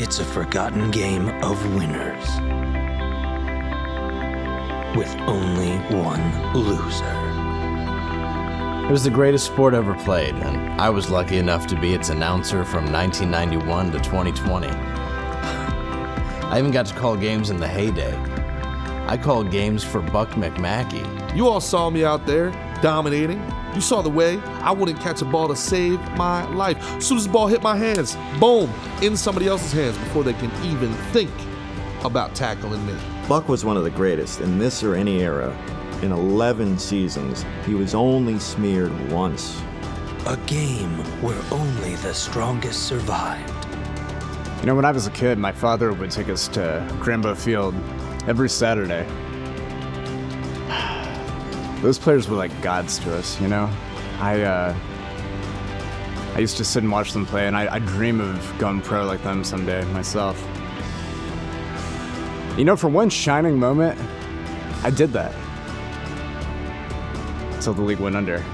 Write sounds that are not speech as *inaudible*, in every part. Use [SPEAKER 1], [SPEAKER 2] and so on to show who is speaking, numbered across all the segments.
[SPEAKER 1] It's a forgotten game of winners with only one loser.
[SPEAKER 2] It was the greatest sport ever played, and I was lucky enough to be its announcer from 1991 to *sighs* 2020. I even got to call games in the heyday. I called games for Buck McMackey.
[SPEAKER 3] You all saw me out there dominating. You saw the way I wouldn't catch a ball to save my life. As soon as the ball hit my hands, boom, in somebody else's hands before they can even think about tackling me.
[SPEAKER 4] Buck was one of the greatest in this or any era. In 11 seasons, he was only smeared once.
[SPEAKER 1] A game where only the strongest survive.
[SPEAKER 5] You know, when I was a kid, my father would take us to Grimbo Field every Saturday. *sighs* Those players were like gods to us, you know? I, uh, I used to sit and watch them play, and I, I dream of going pro like them someday myself. You know, for one shining moment, I did that. Until the league went under.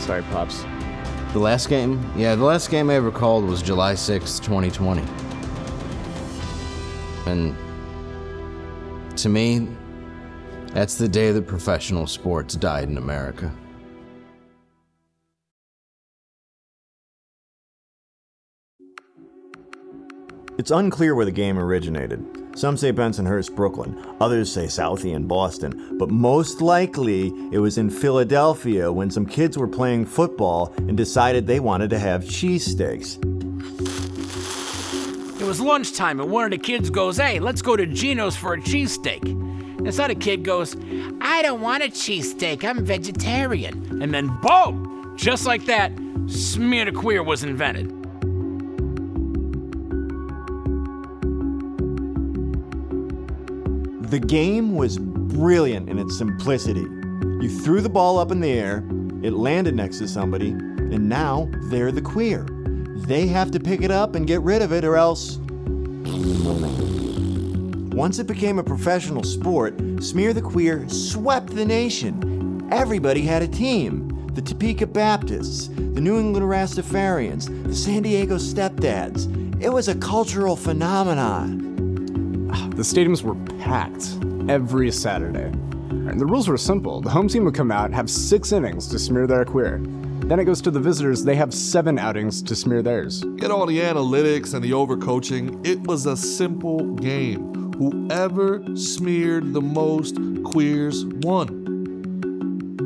[SPEAKER 5] Sorry, Pops.
[SPEAKER 2] The last game? Yeah, the last game I ever called was July 6th, 2020. And to me, that's the day that professional sports died in America.
[SPEAKER 4] It's unclear where the game originated. Some say Bensonhurst, Brooklyn, others say Southie in Boston, but most likely it was in Philadelphia when some kids were playing football and decided they wanted to have cheesesteaks.
[SPEAKER 6] It was lunchtime, and one of the kids goes, Hey, let's go to Gino's for a cheesesteak. And This other kid goes, I don't want a cheesesteak, I'm vegetarian. And then, boom! Just like that, smear the queer was invented.
[SPEAKER 4] The game was brilliant in its simplicity. You threw the ball up in the air, it landed next to somebody, and now they're the queer. They have to pick it up and get rid of it, or else. Once it became a professional sport, Smear the Queer swept the nation. Everybody had a team the Topeka Baptists, the New England Rastafarians, the San Diego Stepdads. It was a cultural phenomenon.
[SPEAKER 5] The stadiums were packed every Saturday. And the rules were simple. The home team would come out, have six innings to smear their queer. Then it goes to the visitors, they have seven outings to smear theirs.
[SPEAKER 3] Get all the analytics and the overcoaching. It was a simple game. Whoever smeared the most queers won.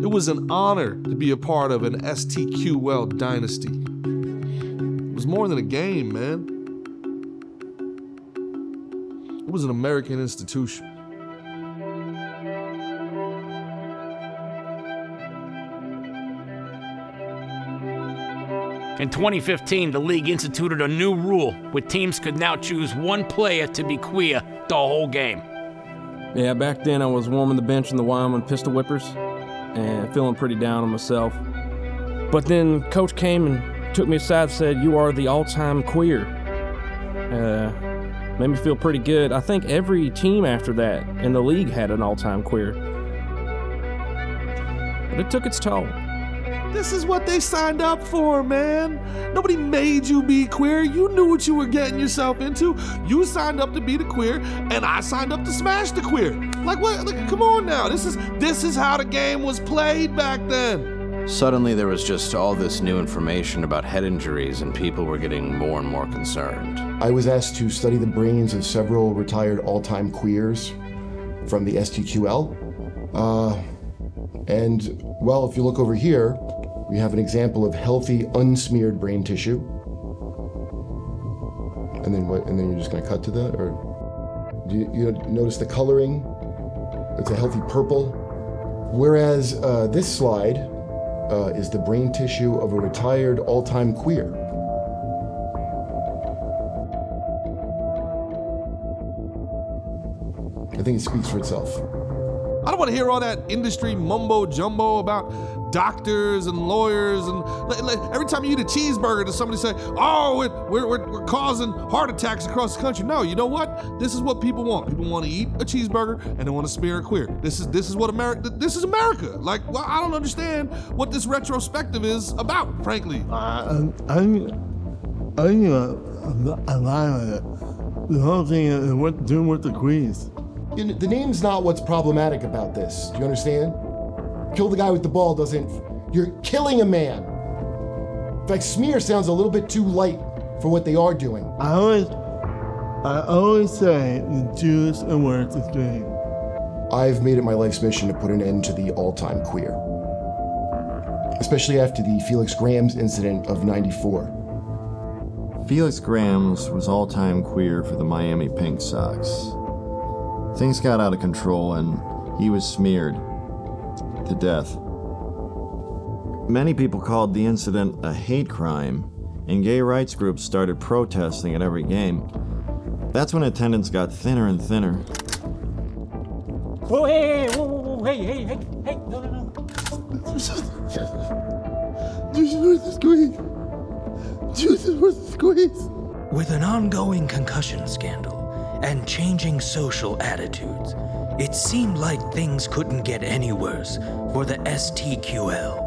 [SPEAKER 3] It was an honor to be a part of an STQL dynasty. It was more than a game, man. It was an American institution.
[SPEAKER 6] In 2015, the league instituted a new rule where teams could now choose one player to be queer the whole game.
[SPEAKER 7] Yeah, back then I was warming the bench in the Wyoming Pistol Whippers and feeling pretty down on myself. But then coach came and took me aside and said, You are the all time queer. Uh, made me feel pretty good. I think every team after that in the league had an all time queer. But it took its toll.
[SPEAKER 3] This is what they signed up for, man. Nobody made you be queer. You knew what you were getting yourself into. You signed up to be the queer, and I signed up to smash the queer. Like what? Like, come on now. This is this is how the game was played back then.
[SPEAKER 2] Suddenly, there was just all this new information about head injuries, and people were getting more and more concerned.
[SPEAKER 8] I was asked to study the brains of several retired all time queers from the STQL. Uh, and, well, if you look over here, we have an example of healthy, unsmeared brain tissue. And then what? And then you're just going to cut to that? Or do you, you notice the coloring? It's a healthy purple. Whereas uh, this slide uh, is the brain tissue of a retired all time queer. I think it speaks for itself.
[SPEAKER 3] I don't want to hear all that industry mumbo jumbo about doctors and lawyers and like, like, every time you eat a cheeseburger, does somebody say, "Oh, it, we're, we're we're causing heart attacks across the country"? No, you know what? This is what people want. People want to eat a cheeseburger and they want to smear a queer. This is this is what America. This is America. Like, well, I don't understand what this retrospective is about. Frankly,
[SPEAKER 9] I, I,
[SPEAKER 10] I think uh, I'm, I'm lying on it. The whole thing is what doing with the queens.
[SPEAKER 8] You know, the name's not what's problematic about this. Do you understand? Kill the guy with the ball doesn't. You're killing a man. In fact, smear sounds a little bit too light for what they are doing.
[SPEAKER 10] I always, I always say the Jews and words is great.
[SPEAKER 8] I've made it my life's mission to put an end to the all time queer. Especially after the Felix Graham's incident of 94.
[SPEAKER 4] Felix Grams was all time queer for the Miami Pink Sox. Things got out of control and he was smeared to death. Many people called the incident a hate crime, and gay rights groups started protesting at every game. That's when attendance got thinner and thinner.
[SPEAKER 6] Whoa, hey, hey, whoa, whoa, whoa, hey, hey, hey, hey, no, no, no.
[SPEAKER 10] Jews and words is great. Jews and words is great.
[SPEAKER 1] With an ongoing concussion scandal and changing social attitudes, it seemed like things couldn't get any worse for the STQL.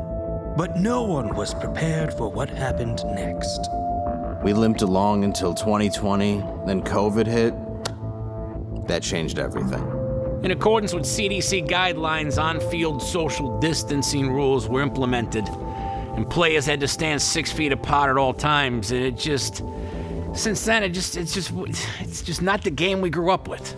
[SPEAKER 1] But no one was prepared for what happened next.
[SPEAKER 2] We limped along until 2020, then COVID hit. That changed everything.
[SPEAKER 6] In accordance with CDC guidelines, on field social distancing rules were implemented, and players had to stand six feet apart at all times. And it just, since then, it just, it's just, it's just not the game we grew up with.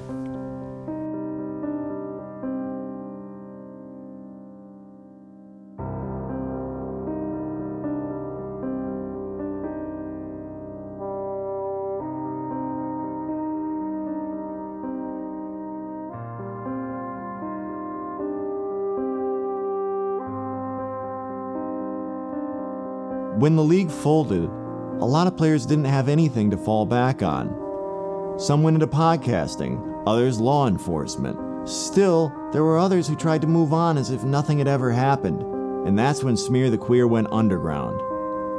[SPEAKER 4] When the league folded, a lot of players didn't have anything to fall back on. Some went into podcasting, others law enforcement. Still, there were others who tried to move on as if nothing had ever happened. And that's when Smear the Queer went underground.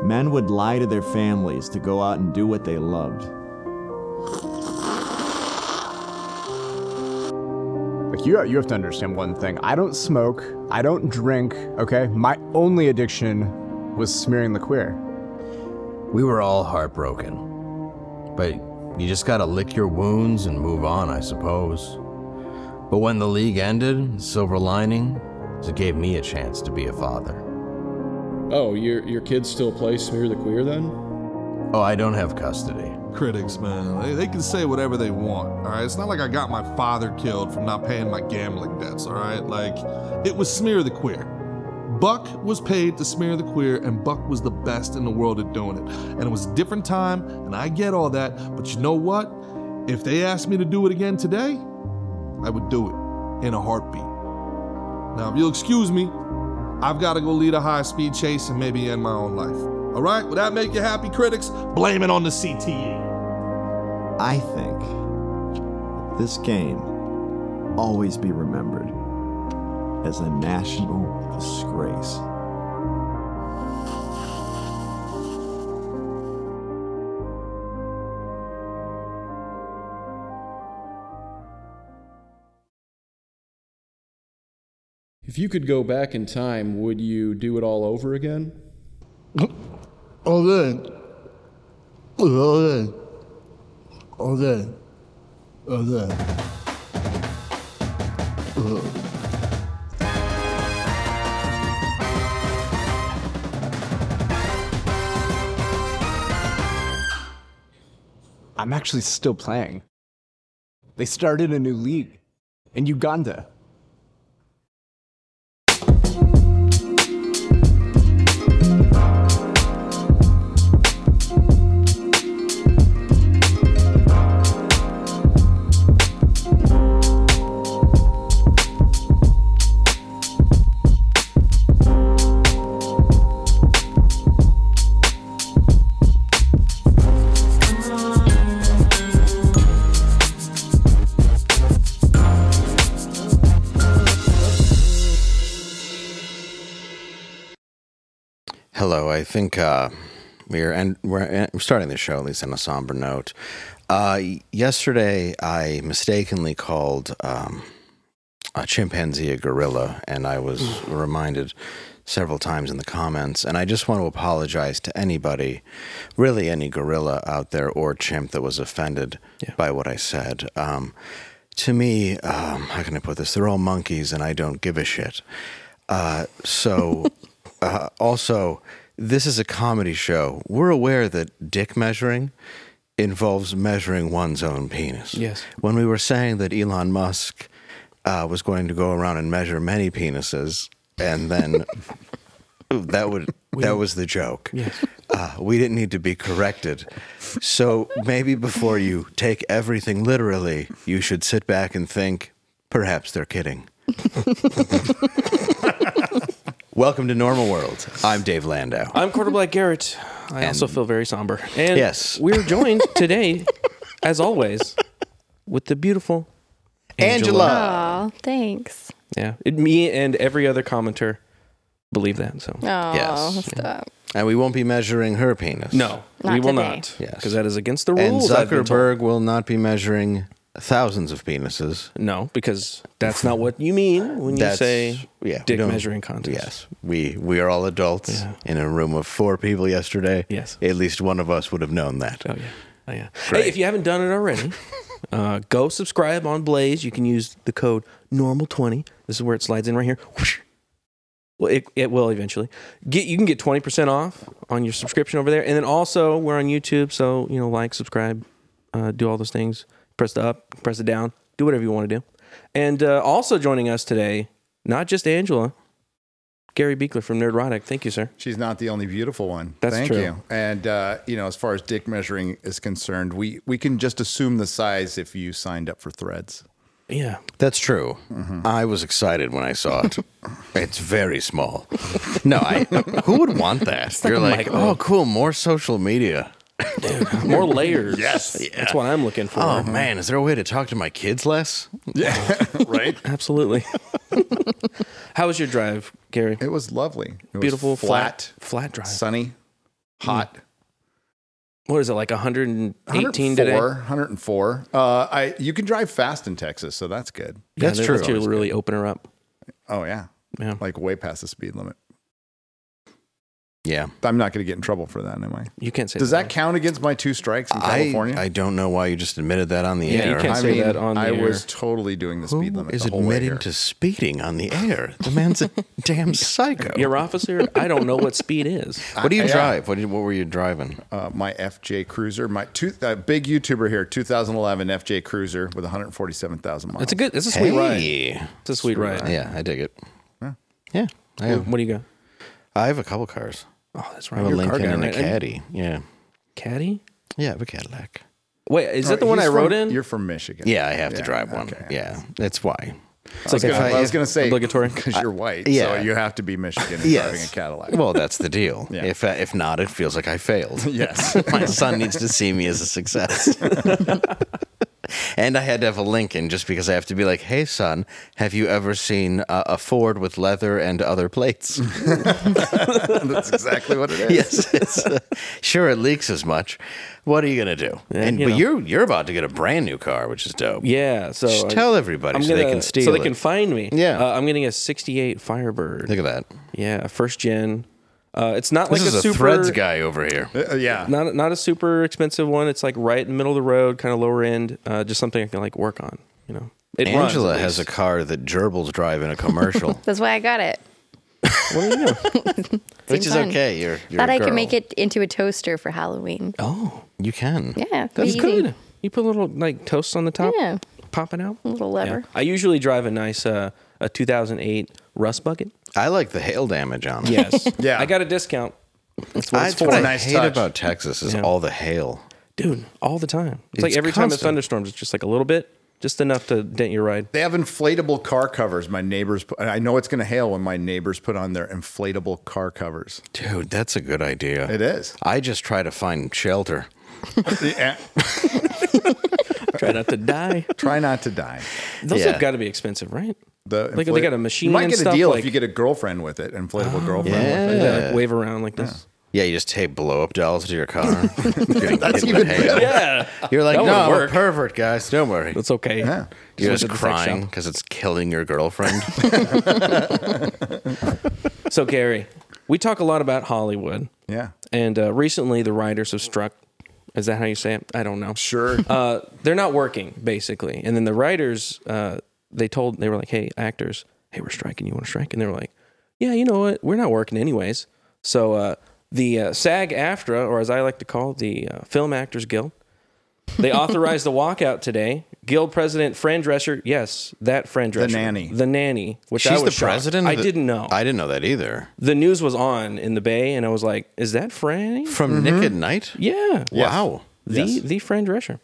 [SPEAKER 4] Men would lie to their families to go out and do what they loved.
[SPEAKER 5] Like you, you have to understand one thing. I don't smoke. I don't drink. Okay, my only addiction was smearing the queer.
[SPEAKER 2] We were all heartbroken. But you just gotta lick your wounds and move on, I suppose. But when the league ended, the silver lining is it gave me a chance to be a father.
[SPEAKER 11] Oh, your your kids still play Smear the Queer then?
[SPEAKER 2] Oh, I don't have custody.
[SPEAKER 3] Critics, man, they, they can say whatever they want. All right, it's not like I got my father killed from not paying my gambling debts. All right, like it was smear the queer. Buck was paid to smear the queer, and Buck was the best in the world at doing it. And it was a different time, and I get all that. But you know what? If they asked me to do it again today, I would do it in a heartbeat. Now, if you'll excuse me, I've got to go lead a high speed chase and maybe end my own life. All right, would that make you happy, critics? Blame it on the CTE.
[SPEAKER 4] I think this game will always be remembered as a national disgrace.
[SPEAKER 11] If you could go back in time, would you do it all over again?
[SPEAKER 10] All day. All day. All day. All day.
[SPEAKER 5] I'm actually still playing. They started a new league in Uganda.
[SPEAKER 2] Hello, I think uh, we're and we're, en- we're starting the show at least on a somber note. Uh, y- yesterday, I mistakenly called um, a chimpanzee a gorilla, and I was reminded several times in the comments, and I just want to apologize to anybody, really any gorilla out there or chimp that was offended by what I said. Um, to me, um, how can I put this? They're all monkeys, and I don't give a shit. Uh, so, uh, also, this is a comedy show. We're aware that dick measuring involves measuring one's own penis.
[SPEAKER 12] Yes.
[SPEAKER 2] When we were saying that Elon Musk uh, was going to go around and measure many penises, and then that would that was the joke.
[SPEAKER 12] Yes.
[SPEAKER 2] Uh, we didn't need to be corrected. So maybe before you take everything literally, you should sit back and think. Perhaps they're
[SPEAKER 7] *laughs*
[SPEAKER 2] kidding. Welcome to Normal World. I'm Dave Landau.
[SPEAKER 7] I'm Quarterback Garrett. I also feel very somber. And
[SPEAKER 2] Yes.
[SPEAKER 7] we're joined today, as always, with the beautiful
[SPEAKER 13] Aw, thanks.
[SPEAKER 7] Yeah, it, me and every other commenter believe that. So
[SPEAKER 13] Oh, stop.
[SPEAKER 2] And we won't be measuring her penis.
[SPEAKER 7] No, we
[SPEAKER 13] Not
[SPEAKER 7] will
[SPEAKER 13] today.
[SPEAKER 7] not. Because that is against the
[SPEAKER 2] And
[SPEAKER 7] rules. I've been told.
[SPEAKER 2] Zuckerberg will not be measuring thousands of penises.
[SPEAKER 7] No, because that's not what you mean when you
[SPEAKER 2] That's-
[SPEAKER 7] say
[SPEAKER 2] yeah, we
[SPEAKER 7] dick
[SPEAKER 2] don't-
[SPEAKER 7] measuring contest.
[SPEAKER 2] Yes, we we are all adults in a room of four people yesterday.
[SPEAKER 7] Yes.
[SPEAKER 2] at least one of us would have known that. Oh yeah,
[SPEAKER 7] oh yeah. Hey, if you haven't done it already, uh, go subscribe on Blaze. You can use the code normal20. This is where it slides in right here. Whoosh. Well, it, it will eventually. Get you can get 20% off on your subscription over there. And then also we're on YouTube, so you know, like, subscribe, uh, do all those things. Press the up, press the down, do whatever you want to do. And uh, also joining us today, not just Angela, Gary Beekler from Nerdrotic. Thank you, sir.
[SPEAKER 14] She's not the only beautiful one.
[SPEAKER 7] That's
[SPEAKER 14] Thank
[SPEAKER 7] true.
[SPEAKER 14] you. And uh, you know, as far as dick measuring is concerned, we we can just assume the size if you signed up for Threads.
[SPEAKER 7] Yeah.
[SPEAKER 2] that's true.
[SPEAKER 14] Mm-hmm.
[SPEAKER 2] I was excited when I saw
[SPEAKER 7] *laughs*
[SPEAKER 2] it. it's very small. No, I. Who would want that?
[SPEAKER 7] like
[SPEAKER 2] You're
[SPEAKER 7] a
[SPEAKER 2] like,
[SPEAKER 7] microwave.
[SPEAKER 2] oh, cool, more social media.
[SPEAKER 7] More
[SPEAKER 2] *laughs*
[SPEAKER 7] layers.
[SPEAKER 2] Yes, yeah.
[SPEAKER 7] That's what I'm looking for.
[SPEAKER 2] Oh man, is there a way to talk to my kids less?
[SPEAKER 14] *laughs* Yeah, right.
[SPEAKER 7] *laughs* Absolutely. How was your drive, Gary?
[SPEAKER 14] It was lovely. It was
[SPEAKER 7] Beautiful,
[SPEAKER 14] flat,
[SPEAKER 7] flat, flat drive. Hmm.
[SPEAKER 14] sunny, hot.
[SPEAKER 7] What is it like 118 today?
[SPEAKER 14] 104, 104. Uh, I you can drive fast in Texas, so that's good.
[SPEAKER 7] Yeah, That's they let true. you really open her up.
[SPEAKER 14] Oh yeah,
[SPEAKER 7] yeah,
[SPEAKER 14] like way past the speed limit.
[SPEAKER 2] Yeah.
[SPEAKER 14] I'm not going to get in trouble for that, am I?
[SPEAKER 7] You can't say
[SPEAKER 14] Does
[SPEAKER 7] that.
[SPEAKER 14] that count against my two strikes in
[SPEAKER 2] I
[SPEAKER 14] California?
[SPEAKER 2] I don't know why you just admitted that on the
[SPEAKER 14] Yeah,
[SPEAKER 2] air.
[SPEAKER 14] you can't
[SPEAKER 2] I
[SPEAKER 14] say that on the I air. was totally doing the speed
[SPEAKER 2] Who
[SPEAKER 14] limit
[SPEAKER 2] Is
[SPEAKER 14] the whole way
[SPEAKER 2] admitting
[SPEAKER 14] here?
[SPEAKER 2] to speeding on the air? The man's
[SPEAKER 14] *laughs*
[SPEAKER 2] a damn psycho.
[SPEAKER 7] Your officer, I don't know what
[SPEAKER 2] *laughs*
[SPEAKER 7] speed is.
[SPEAKER 2] Oh. What do you
[SPEAKER 14] Yeah.
[SPEAKER 2] drive? What, did, what were you driving?
[SPEAKER 14] uh, my FJ Cruiser, my two, uh, big YouTuber here, 2011 FJ Cruiser with 147,000 miles.
[SPEAKER 7] It's a good. It's a sweet
[SPEAKER 2] Hey.
[SPEAKER 7] ride. It's a sweet, ride.
[SPEAKER 2] Yeah, I dig it.
[SPEAKER 14] Yeah.
[SPEAKER 2] Yeah. I
[SPEAKER 7] What, what do you got?
[SPEAKER 2] I have a couple cars.
[SPEAKER 7] Oh, that's
[SPEAKER 2] I
[SPEAKER 7] right.
[SPEAKER 2] have a
[SPEAKER 7] You're car
[SPEAKER 2] Lincoln
[SPEAKER 7] guy,
[SPEAKER 2] and a
[SPEAKER 7] right?
[SPEAKER 2] Caddy. Yeah.
[SPEAKER 7] Caddy?
[SPEAKER 2] Yeah, I have a Cadillac.
[SPEAKER 7] Wait, is that the
[SPEAKER 14] He's
[SPEAKER 7] one I
[SPEAKER 14] from-
[SPEAKER 7] rode in?
[SPEAKER 14] You're from Michigan.
[SPEAKER 2] Yeah, I have to
[SPEAKER 14] Yeah,
[SPEAKER 2] drive one. Yeah, that's why.
[SPEAKER 14] I was
[SPEAKER 2] If
[SPEAKER 14] gonna- I was
[SPEAKER 2] if-
[SPEAKER 14] going to say
[SPEAKER 7] Obligatory.
[SPEAKER 14] because you're white,
[SPEAKER 2] yeah.
[SPEAKER 14] so you have to be Michigan and driving a Cadillac.
[SPEAKER 2] Well, that's the deal.
[SPEAKER 14] Yeah.
[SPEAKER 2] If uh, if not, it feels like I failed.
[SPEAKER 14] *laughs* Yes.
[SPEAKER 2] *laughs* my son needs to see me as a success. *laughs* and I had to have a Lincoln just because I have to be like, "Hey, son, have you ever seen uh, a Ford with leather and other plates?"
[SPEAKER 14] *laughs*
[SPEAKER 2] *laughs*
[SPEAKER 14] that's exactly what it
[SPEAKER 7] *laughs*
[SPEAKER 14] is. *laughs*
[SPEAKER 2] yes, it's, uh, sure, it leaks as much. What are you gonna do? and
[SPEAKER 7] you
[SPEAKER 2] but
[SPEAKER 7] know.
[SPEAKER 2] you're you're about to get a brand new car, which is dope.
[SPEAKER 7] Yeah. So
[SPEAKER 2] Just
[SPEAKER 7] I-
[SPEAKER 2] tell everybody
[SPEAKER 7] I'm
[SPEAKER 2] so they
[SPEAKER 7] gonna-
[SPEAKER 2] can steal
[SPEAKER 7] So they
[SPEAKER 2] it.
[SPEAKER 7] can find me.
[SPEAKER 2] Yeah.
[SPEAKER 7] Uh, I'm getting a '68 Firebird.
[SPEAKER 2] Look at that.
[SPEAKER 7] Yeah, a first gen. Uh, it's not
[SPEAKER 2] This
[SPEAKER 7] like
[SPEAKER 2] is
[SPEAKER 7] a
[SPEAKER 2] a
[SPEAKER 7] super
[SPEAKER 2] threads guy over here.
[SPEAKER 14] Uh, yeah.
[SPEAKER 7] Not not a super expensive one. It's like right in the middle of the road, kind of lower end. Uh, just something I can like work on. You know. It runs,
[SPEAKER 2] Angela
[SPEAKER 7] at
[SPEAKER 2] has a
[SPEAKER 7] least.
[SPEAKER 2] car that gerbils drive in a commercial,
[SPEAKER 13] That's why I got it.
[SPEAKER 7] *laughs* What do you know?
[SPEAKER 2] which is
[SPEAKER 13] fun.
[SPEAKER 2] okay. You're, you're
[SPEAKER 13] Thought
[SPEAKER 2] a
[SPEAKER 13] I could
[SPEAKER 2] girl.
[SPEAKER 13] make it into a toaster for Halloween.
[SPEAKER 7] Oh,
[SPEAKER 2] You can.
[SPEAKER 13] Yeah, it'd be
[SPEAKER 7] that's
[SPEAKER 13] easy.
[SPEAKER 7] good. You put a little like toast on the top.
[SPEAKER 13] Yeah,
[SPEAKER 7] Pop it out.
[SPEAKER 13] a little lever.
[SPEAKER 7] I usually drive a nice uh, a 2008 rust bucket.
[SPEAKER 2] I like the hail damage on it. *laughs*
[SPEAKER 7] Yes.
[SPEAKER 14] Yeah.
[SPEAKER 7] I got a discount. That's what
[SPEAKER 2] I-
[SPEAKER 7] it's
[SPEAKER 2] That's
[SPEAKER 7] for.
[SPEAKER 2] what I
[SPEAKER 14] nice
[SPEAKER 2] hate
[SPEAKER 14] touch.
[SPEAKER 2] about Texas is
[SPEAKER 7] Yeah.
[SPEAKER 2] all the hail.
[SPEAKER 7] Dude, all the time. It's, like
[SPEAKER 2] It's
[SPEAKER 7] every time it
[SPEAKER 2] constant.
[SPEAKER 7] thunderstorms, it's just like a little bit, just enough to dent your ride.
[SPEAKER 14] They have inflatable car covers. My neighbors, put, I know it's going to hail when my neighbors put on their inflatable car covers.
[SPEAKER 2] Dude, that's a good idea.
[SPEAKER 14] It is.
[SPEAKER 2] I just try to find shelter.
[SPEAKER 14] *laughs* Yeah.
[SPEAKER 7] Try not to die.
[SPEAKER 14] Try not to die.
[SPEAKER 7] Those
[SPEAKER 2] Yeah.
[SPEAKER 7] have got to be expensive, right?
[SPEAKER 14] The
[SPEAKER 7] Like, they got a machine
[SPEAKER 14] You might
[SPEAKER 7] and
[SPEAKER 14] get
[SPEAKER 7] stuff,
[SPEAKER 14] a deal
[SPEAKER 7] like-
[SPEAKER 14] if you get a girlfriend with it, inflatable girlfriend.
[SPEAKER 2] Yeah.
[SPEAKER 14] With it.
[SPEAKER 7] Yeah, like wave around like this.
[SPEAKER 2] Yeah, you just tape blow up dolls to your
[SPEAKER 7] *laughs*
[SPEAKER 2] car.
[SPEAKER 14] That's even better. Yeah.
[SPEAKER 2] You're like, no,
[SPEAKER 14] That would've
[SPEAKER 2] I'm a
[SPEAKER 14] worked."
[SPEAKER 2] pervert, guys. Don't worry.
[SPEAKER 7] That's okay.
[SPEAKER 2] Yeah. You're just,
[SPEAKER 7] Just went to the sex
[SPEAKER 2] crying
[SPEAKER 7] shop.
[SPEAKER 2] because it's killing your girlfriend.
[SPEAKER 7] so Gary, we talk a lot about Hollywood.
[SPEAKER 14] Yeah.
[SPEAKER 7] And uh, recently, the writers have struck. Is that how you say it? I don't know.
[SPEAKER 14] Sure.
[SPEAKER 7] Uh, they're not working basically, and then the writers uh, they told they were like, "Hey, actors, hey, we're striking. You want to strike?" And they were like, "Yeah, you know what? We're not working anyways." So uh, the uh, SAG-AFTRA, or as I like to call it, the uh, Film Actors Guild, they authorized the walkout today. Guild president Fran Drescher, yes, that Fran Drescher,
[SPEAKER 2] nanny.
[SPEAKER 7] the nanny, *laughs* which I
[SPEAKER 2] She's
[SPEAKER 7] was
[SPEAKER 2] the
[SPEAKER 7] shocked.
[SPEAKER 2] president.
[SPEAKER 7] I
[SPEAKER 2] of the-
[SPEAKER 7] didn't know
[SPEAKER 2] I didn't know that either.
[SPEAKER 7] the news was on in the bay, and I was like, "Is that Franny
[SPEAKER 2] From Nick at Night?
[SPEAKER 7] Mm-hmm. Yeah.
[SPEAKER 2] Mm-hmm. Wow.
[SPEAKER 7] The
[SPEAKER 2] Yes.
[SPEAKER 7] the Fran Drescher.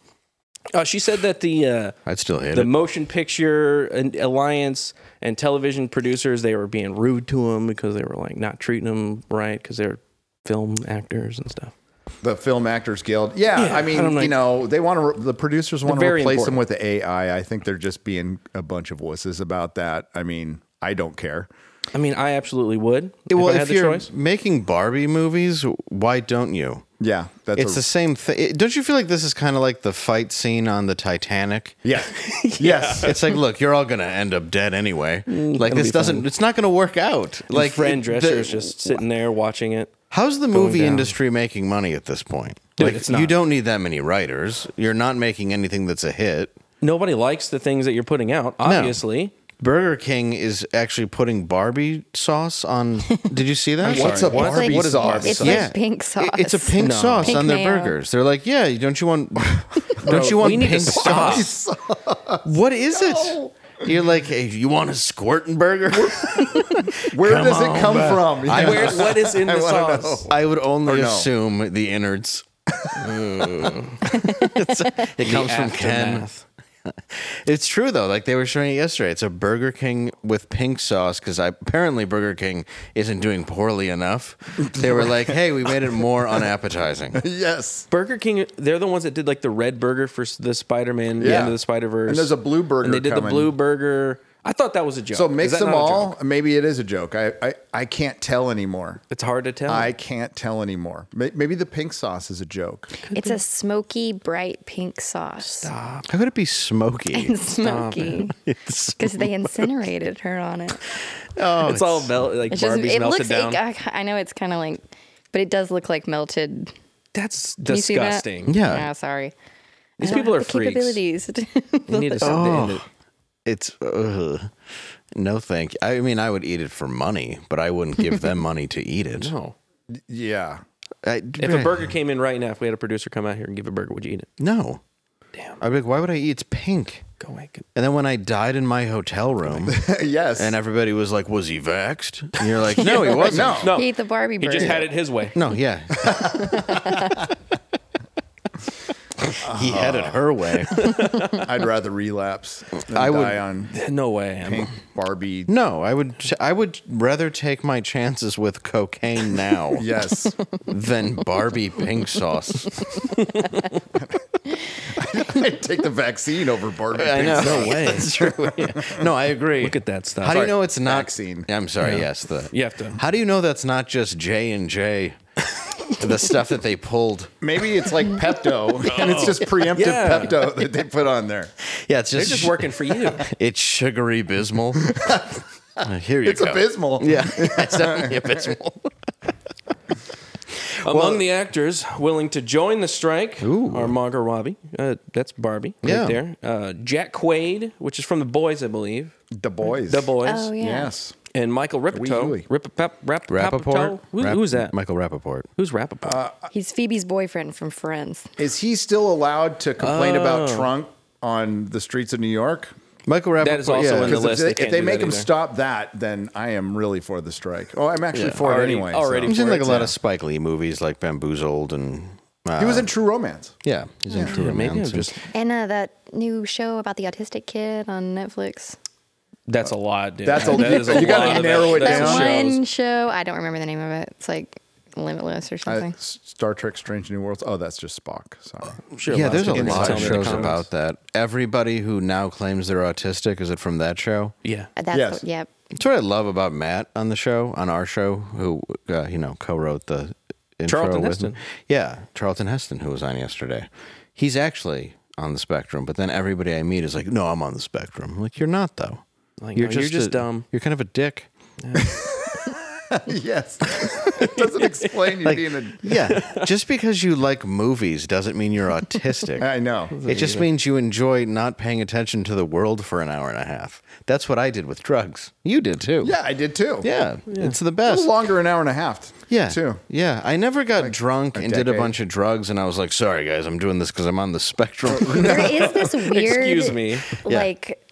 [SPEAKER 7] Uh, she said that the uh,
[SPEAKER 2] I'd still hate
[SPEAKER 7] the
[SPEAKER 2] it.
[SPEAKER 7] Motion Picture and- Alliance and television producers they were being rude to him because they were like not treating him right because they're film actors and stuff.
[SPEAKER 14] The Film Actors Guild. Yeah, I mean, you know, they want to. Re- the producers
[SPEAKER 7] They're
[SPEAKER 14] want to
[SPEAKER 7] very
[SPEAKER 14] replace them
[SPEAKER 7] important.
[SPEAKER 14] with AI. I think they're just being a bunch of wusses about that. I mean, I don't care.
[SPEAKER 7] I mean, I absolutely would.
[SPEAKER 2] well,
[SPEAKER 14] I
[SPEAKER 2] if,
[SPEAKER 14] had the
[SPEAKER 2] you're
[SPEAKER 14] choice.
[SPEAKER 2] making Barbie movies, why don't you?
[SPEAKER 14] Yeah, that's
[SPEAKER 2] it's
[SPEAKER 14] a-
[SPEAKER 2] the same thing. Don't you feel like this is kind of like the fight scene on the Titanic? *laughs*
[SPEAKER 14] Yeah.
[SPEAKER 2] yes. It's like, look, you're all gonna end up dead anyway.
[SPEAKER 7] Mm,
[SPEAKER 2] like
[SPEAKER 7] it'll
[SPEAKER 2] this
[SPEAKER 7] be
[SPEAKER 2] doesn't.
[SPEAKER 7] fine.
[SPEAKER 2] It's not gonna work out.
[SPEAKER 7] Like
[SPEAKER 2] Like
[SPEAKER 7] Fran
[SPEAKER 2] it- the-
[SPEAKER 7] Drescher is just sitting there watching it.
[SPEAKER 2] How's the
[SPEAKER 7] going
[SPEAKER 2] movie
[SPEAKER 7] down. *laughs*
[SPEAKER 2] industry making money at this point?
[SPEAKER 7] Dude,
[SPEAKER 2] like,
[SPEAKER 7] it's not.
[SPEAKER 2] you don't need that many writers. You're not making anything that's a hit.
[SPEAKER 7] Nobody likes the things that you're putting out.
[SPEAKER 2] No.
[SPEAKER 7] Obviously,
[SPEAKER 2] Burger King is actually putting Barbie sauce on. Did you see that?
[SPEAKER 7] I'm What's sorry, a what? Barbie
[SPEAKER 2] What is
[SPEAKER 7] sauce?
[SPEAKER 2] Barbie
[SPEAKER 7] It's
[SPEAKER 2] sauce?
[SPEAKER 7] like
[SPEAKER 13] pink sauce.
[SPEAKER 2] It's a pink
[SPEAKER 7] No.
[SPEAKER 2] sauce
[SPEAKER 13] Pink
[SPEAKER 2] on their
[SPEAKER 13] mayo.
[SPEAKER 2] burgers. They're like, yeah, don't you want? *laughs*
[SPEAKER 7] Bro,
[SPEAKER 2] don't you want
[SPEAKER 7] we need to
[SPEAKER 2] pink
[SPEAKER 7] stop.
[SPEAKER 2] sauce? *laughs* What is it? You're like, hey, you want a squirtin' *laughs* burger?
[SPEAKER 14] Where
[SPEAKER 2] Come
[SPEAKER 14] does it
[SPEAKER 2] on
[SPEAKER 14] come
[SPEAKER 2] back. *laughs*
[SPEAKER 14] from?
[SPEAKER 2] I-
[SPEAKER 14] Yeah. I wanna know.
[SPEAKER 2] I would only
[SPEAKER 14] Or no.
[SPEAKER 2] assume the innards. *laughs* It's- it
[SPEAKER 7] The
[SPEAKER 2] comes from Ken.
[SPEAKER 7] aftermath.
[SPEAKER 2] *laughs* It's true though. Like they were showing it yesterday. It's a Burger King with pink sauce because apparently Burger King isn't doing poorly enough. They were like, "Hey, we made it more unappetizing."
[SPEAKER 14] *laughs* yes.
[SPEAKER 7] Burger King, they're the ones that did like the red burger for s- the Spider Man,
[SPEAKER 14] Yeah.
[SPEAKER 7] the end of the Spider Verse.
[SPEAKER 14] And there's a blue burger
[SPEAKER 7] And they did the
[SPEAKER 14] coming.
[SPEAKER 7] blue burger. I thought that was a joke.
[SPEAKER 14] So
[SPEAKER 7] Is
[SPEAKER 14] mix
[SPEAKER 7] that
[SPEAKER 14] them
[SPEAKER 7] not a
[SPEAKER 14] all.
[SPEAKER 7] joke?
[SPEAKER 14] Maybe it is a joke. I, I, I can't tell anymore.
[SPEAKER 7] It's hard to tell.
[SPEAKER 14] I can't tell anymore. May- Maybe the pink sauce is a joke.
[SPEAKER 13] It's a smoky, bright pink sauce.
[SPEAKER 14] *laughs*
[SPEAKER 13] Stop.
[SPEAKER 2] How could it be smoky?
[SPEAKER 13] And smoky.
[SPEAKER 2] *laughs*
[SPEAKER 13] *laughs*
[SPEAKER 2] It's
[SPEAKER 13] Because they incinerated her on it.
[SPEAKER 2] Oh,
[SPEAKER 7] it's, all melt, like
[SPEAKER 13] It's just-
[SPEAKER 7] Barbie's melted
[SPEAKER 13] looks,
[SPEAKER 7] down.
[SPEAKER 13] I, I know it's kind of like, but it does look like melted.
[SPEAKER 7] That's
[SPEAKER 13] Can you see that?
[SPEAKER 7] disgusting. Yeah.
[SPEAKER 13] Ah, sorry.
[SPEAKER 7] These
[SPEAKER 13] I don't
[SPEAKER 7] people
[SPEAKER 13] have
[SPEAKER 7] are
[SPEAKER 13] the
[SPEAKER 7] freaks.
[SPEAKER 13] Capabilities.
[SPEAKER 7] You need to stop the
[SPEAKER 2] Oh. *laughs*
[SPEAKER 7] end it.
[SPEAKER 2] It's ugh. no thank. You. I mean, I would eat it for money, but I wouldn't give them money to eat it.
[SPEAKER 7] No.
[SPEAKER 14] Yeah.
[SPEAKER 2] I,
[SPEAKER 7] If a burger came in right now, if we had a producer come out here and give a burger, would you eat it?
[SPEAKER 2] No. Damn. I'd be like, why would I eat? It's pink.
[SPEAKER 7] Go away.
[SPEAKER 2] And then when I died in my hotel room,
[SPEAKER 7] *laughs*
[SPEAKER 14] yes,
[SPEAKER 2] and everybody was like, "Was he vaxxed?" And you're like, "No, he wasn't."
[SPEAKER 7] *laughs* No.
[SPEAKER 13] He ate the Barbie
[SPEAKER 7] He
[SPEAKER 13] bird.
[SPEAKER 7] just had it his way.
[SPEAKER 2] No, yeah. he had it her way.
[SPEAKER 14] *laughs* I'd rather relapse. Than
[SPEAKER 2] I would-
[SPEAKER 14] die on
[SPEAKER 7] no way.
[SPEAKER 14] Pink Barbie. *laughs*
[SPEAKER 2] No, I would. I would rather take my chances with cocaine
[SPEAKER 7] *laughs*
[SPEAKER 2] now.
[SPEAKER 14] Yes.
[SPEAKER 2] Than Barbie pink sauce.
[SPEAKER 14] I'd take the vaccine over Barbie.
[SPEAKER 2] I
[SPEAKER 14] pink
[SPEAKER 2] know.
[SPEAKER 14] sauce.
[SPEAKER 2] No
[SPEAKER 14] *laughs*
[SPEAKER 2] way. That's true. No, I agree. Look
[SPEAKER 7] at that stuff.
[SPEAKER 2] How do you
[SPEAKER 14] Sorry,
[SPEAKER 2] know it's not
[SPEAKER 14] vaccine?
[SPEAKER 2] I'm sorry.
[SPEAKER 14] Yeah.
[SPEAKER 2] Yes, the
[SPEAKER 7] You have to-
[SPEAKER 2] How do you know that's not just J and J, the stuff that they pulled?
[SPEAKER 14] Maybe it's like
[SPEAKER 7] *laughs*
[SPEAKER 14] Pepto, *laughs* and it's
[SPEAKER 7] Oh.
[SPEAKER 14] just preemptive
[SPEAKER 2] Oh. Yeah.
[SPEAKER 14] Pepto that they put on there.
[SPEAKER 2] Yeah, it's
[SPEAKER 14] They're
[SPEAKER 2] just
[SPEAKER 14] just working
[SPEAKER 7] for you.
[SPEAKER 2] *laughs* It's sugary
[SPEAKER 14] *laughs*
[SPEAKER 2] Bismol. Uh, Here you
[SPEAKER 14] It's
[SPEAKER 2] go.
[SPEAKER 14] abysmal.
[SPEAKER 2] *laughs* Yeah,
[SPEAKER 7] *laughs*
[SPEAKER 2] it's
[SPEAKER 14] *laughs*
[SPEAKER 2] definitely abysmal.
[SPEAKER 7] Among the actors willing to join the strike are Margot Robbie. Uh, that's Barbie right
[SPEAKER 14] Yeah.
[SPEAKER 7] there. Uh, Jack Quaid, which is from The Boys, I believe.
[SPEAKER 14] The Boys.
[SPEAKER 7] The Boys.
[SPEAKER 13] Oh, yeah. Yes.
[SPEAKER 7] And Michael Rapaport. Rapaport. Rapaport.
[SPEAKER 2] Rappaport.
[SPEAKER 7] Who,
[SPEAKER 2] Rap-
[SPEAKER 7] who's that?
[SPEAKER 2] Michael Rappaport.
[SPEAKER 7] *laughs* Who's Rappaport?
[SPEAKER 13] He's Phoebe's boyfriend from Friends.
[SPEAKER 14] Is he still allowed to complain about
[SPEAKER 13] Oh.
[SPEAKER 14] Trump on the streets of New York?
[SPEAKER 2] Michael Rappaport.
[SPEAKER 7] That is also
[SPEAKER 14] yeah,
[SPEAKER 7] on the
[SPEAKER 14] 'cause
[SPEAKER 7] list. They
[SPEAKER 14] If they,
[SPEAKER 7] can't
[SPEAKER 14] if they
[SPEAKER 7] do
[SPEAKER 14] make
[SPEAKER 7] that
[SPEAKER 14] him
[SPEAKER 7] either.
[SPEAKER 14] stop that, then I am really for the strike. Oh, I'm actually for
[SPEAKER 2] Already-
[SPEAKER 14] it anyway.
[SPEAKER 2] He was
[SPEAKER 14] so.
[SPEAKER 2] in like a lot of Spike Lee movies, like Bamboozled, and uh,
[SPEAKER 14] He was in True Romance.
[SPEAKER 2] Yeah, he's in
[SPEAKER 14] Yeah.
[SPEAKER 2] True
[SPEAKER 14] Yeah, maybe
[SPEAKER 2] Romance.
[SPEAKER 14] I'm
[SPEAKER 2] and-
[SPEAKER 14] just-
[SPEAKER 13] And uh, that new show about the autistic kid on Netflix.
[SPEAKER 7] That's a lot, dude.
[SPEAKER 14] That's a-
[SPEAKER 7] That is
[SPEAKER 14] you gotta
[SPEAKER 7] lot of
[SPEAKER 14] narrow it
[SPEAKER 7] that's
[SPEAKER 14] down.
[SPEAKER 7] shows.
[SPEAKER 13] One show, I don't remember the name of it. It's like Limitless or
[SPEAKER 14] Uh,
[SPEAKER 13] something.
[SPEAKER 14] S- Star Trek: Strange New Worlds. Oh, that's just Spock. Sorry.
[SPEAKER 2] yeah, there's a
[SPEAKER 14] Inside
[SPEAKER 2] lot of
[SPEAKER 14] Joke.
[SPEAKER 2] shows about that. Everybody who now claims they're autistic, is it from that show?
[SPEAKER 7] Yeah.
[SPEAKER 13] That's
[SPEAKER 2] Yes.
[SPEAKER 13] what, yep.
[SPEAKER 2] That's what I love about Matt on the show, on our show, who uh, you know uh, co-wrote the intro
[SPEAKER 7] Charlton
[SPEAKER 2] with
[SPEAKER 7] Heston.
[SPEAKER 2] him. Yeah, Charlton Heston, who was on yesterday. He's actually on the spectrum, but then everybody I meet is like, "No, I'm on the spectrum." I'm like, "You're not though.
[SPEAKER 7] Like, "No, you're just dumb.
[SPEAKER 2] You're kind of a dick."
[SPEAKER 14] *laughs* yes. *laughs* It doesn't explain you
[SPEAKER 2] Like,
[SPEAKER 14] being a.
[SPEAKER 2] *laughs* yeah, just because you like movies doesn't mean you're autistic.
[SPEAKER 14] *laughs* I know.
[SPEAKER 2] It just means you enjoy not paying attention to the world for an hour and a half. That's what I did with drugs. You did too.
[SPEAKER 14] Yeah, I did too.
[SPEAKER 2] Yeah, it's the
[SPEAKER 14] A
[SPEAKER 2] best.
[SPEAKER 14] little longer, an hour and a half.
[SPEAKER 2] Yeah.
[SPEAKER 14] Too.
[SPEAKER 2] Yeah. I never got drunk and did a
[SPEAKER 14] decade.
[SPEAKER 2] bunch of drugs, and I was like, sorry, guys, I'm doing this because I'm on the
[SPEAKER 7] *laughs*
[SPEAKER 2] spectrum.
[SPEAKER 13] There is this weird,
[SPEAKER 2] Excuse me. Yeah.
[SPEAKER 13] like,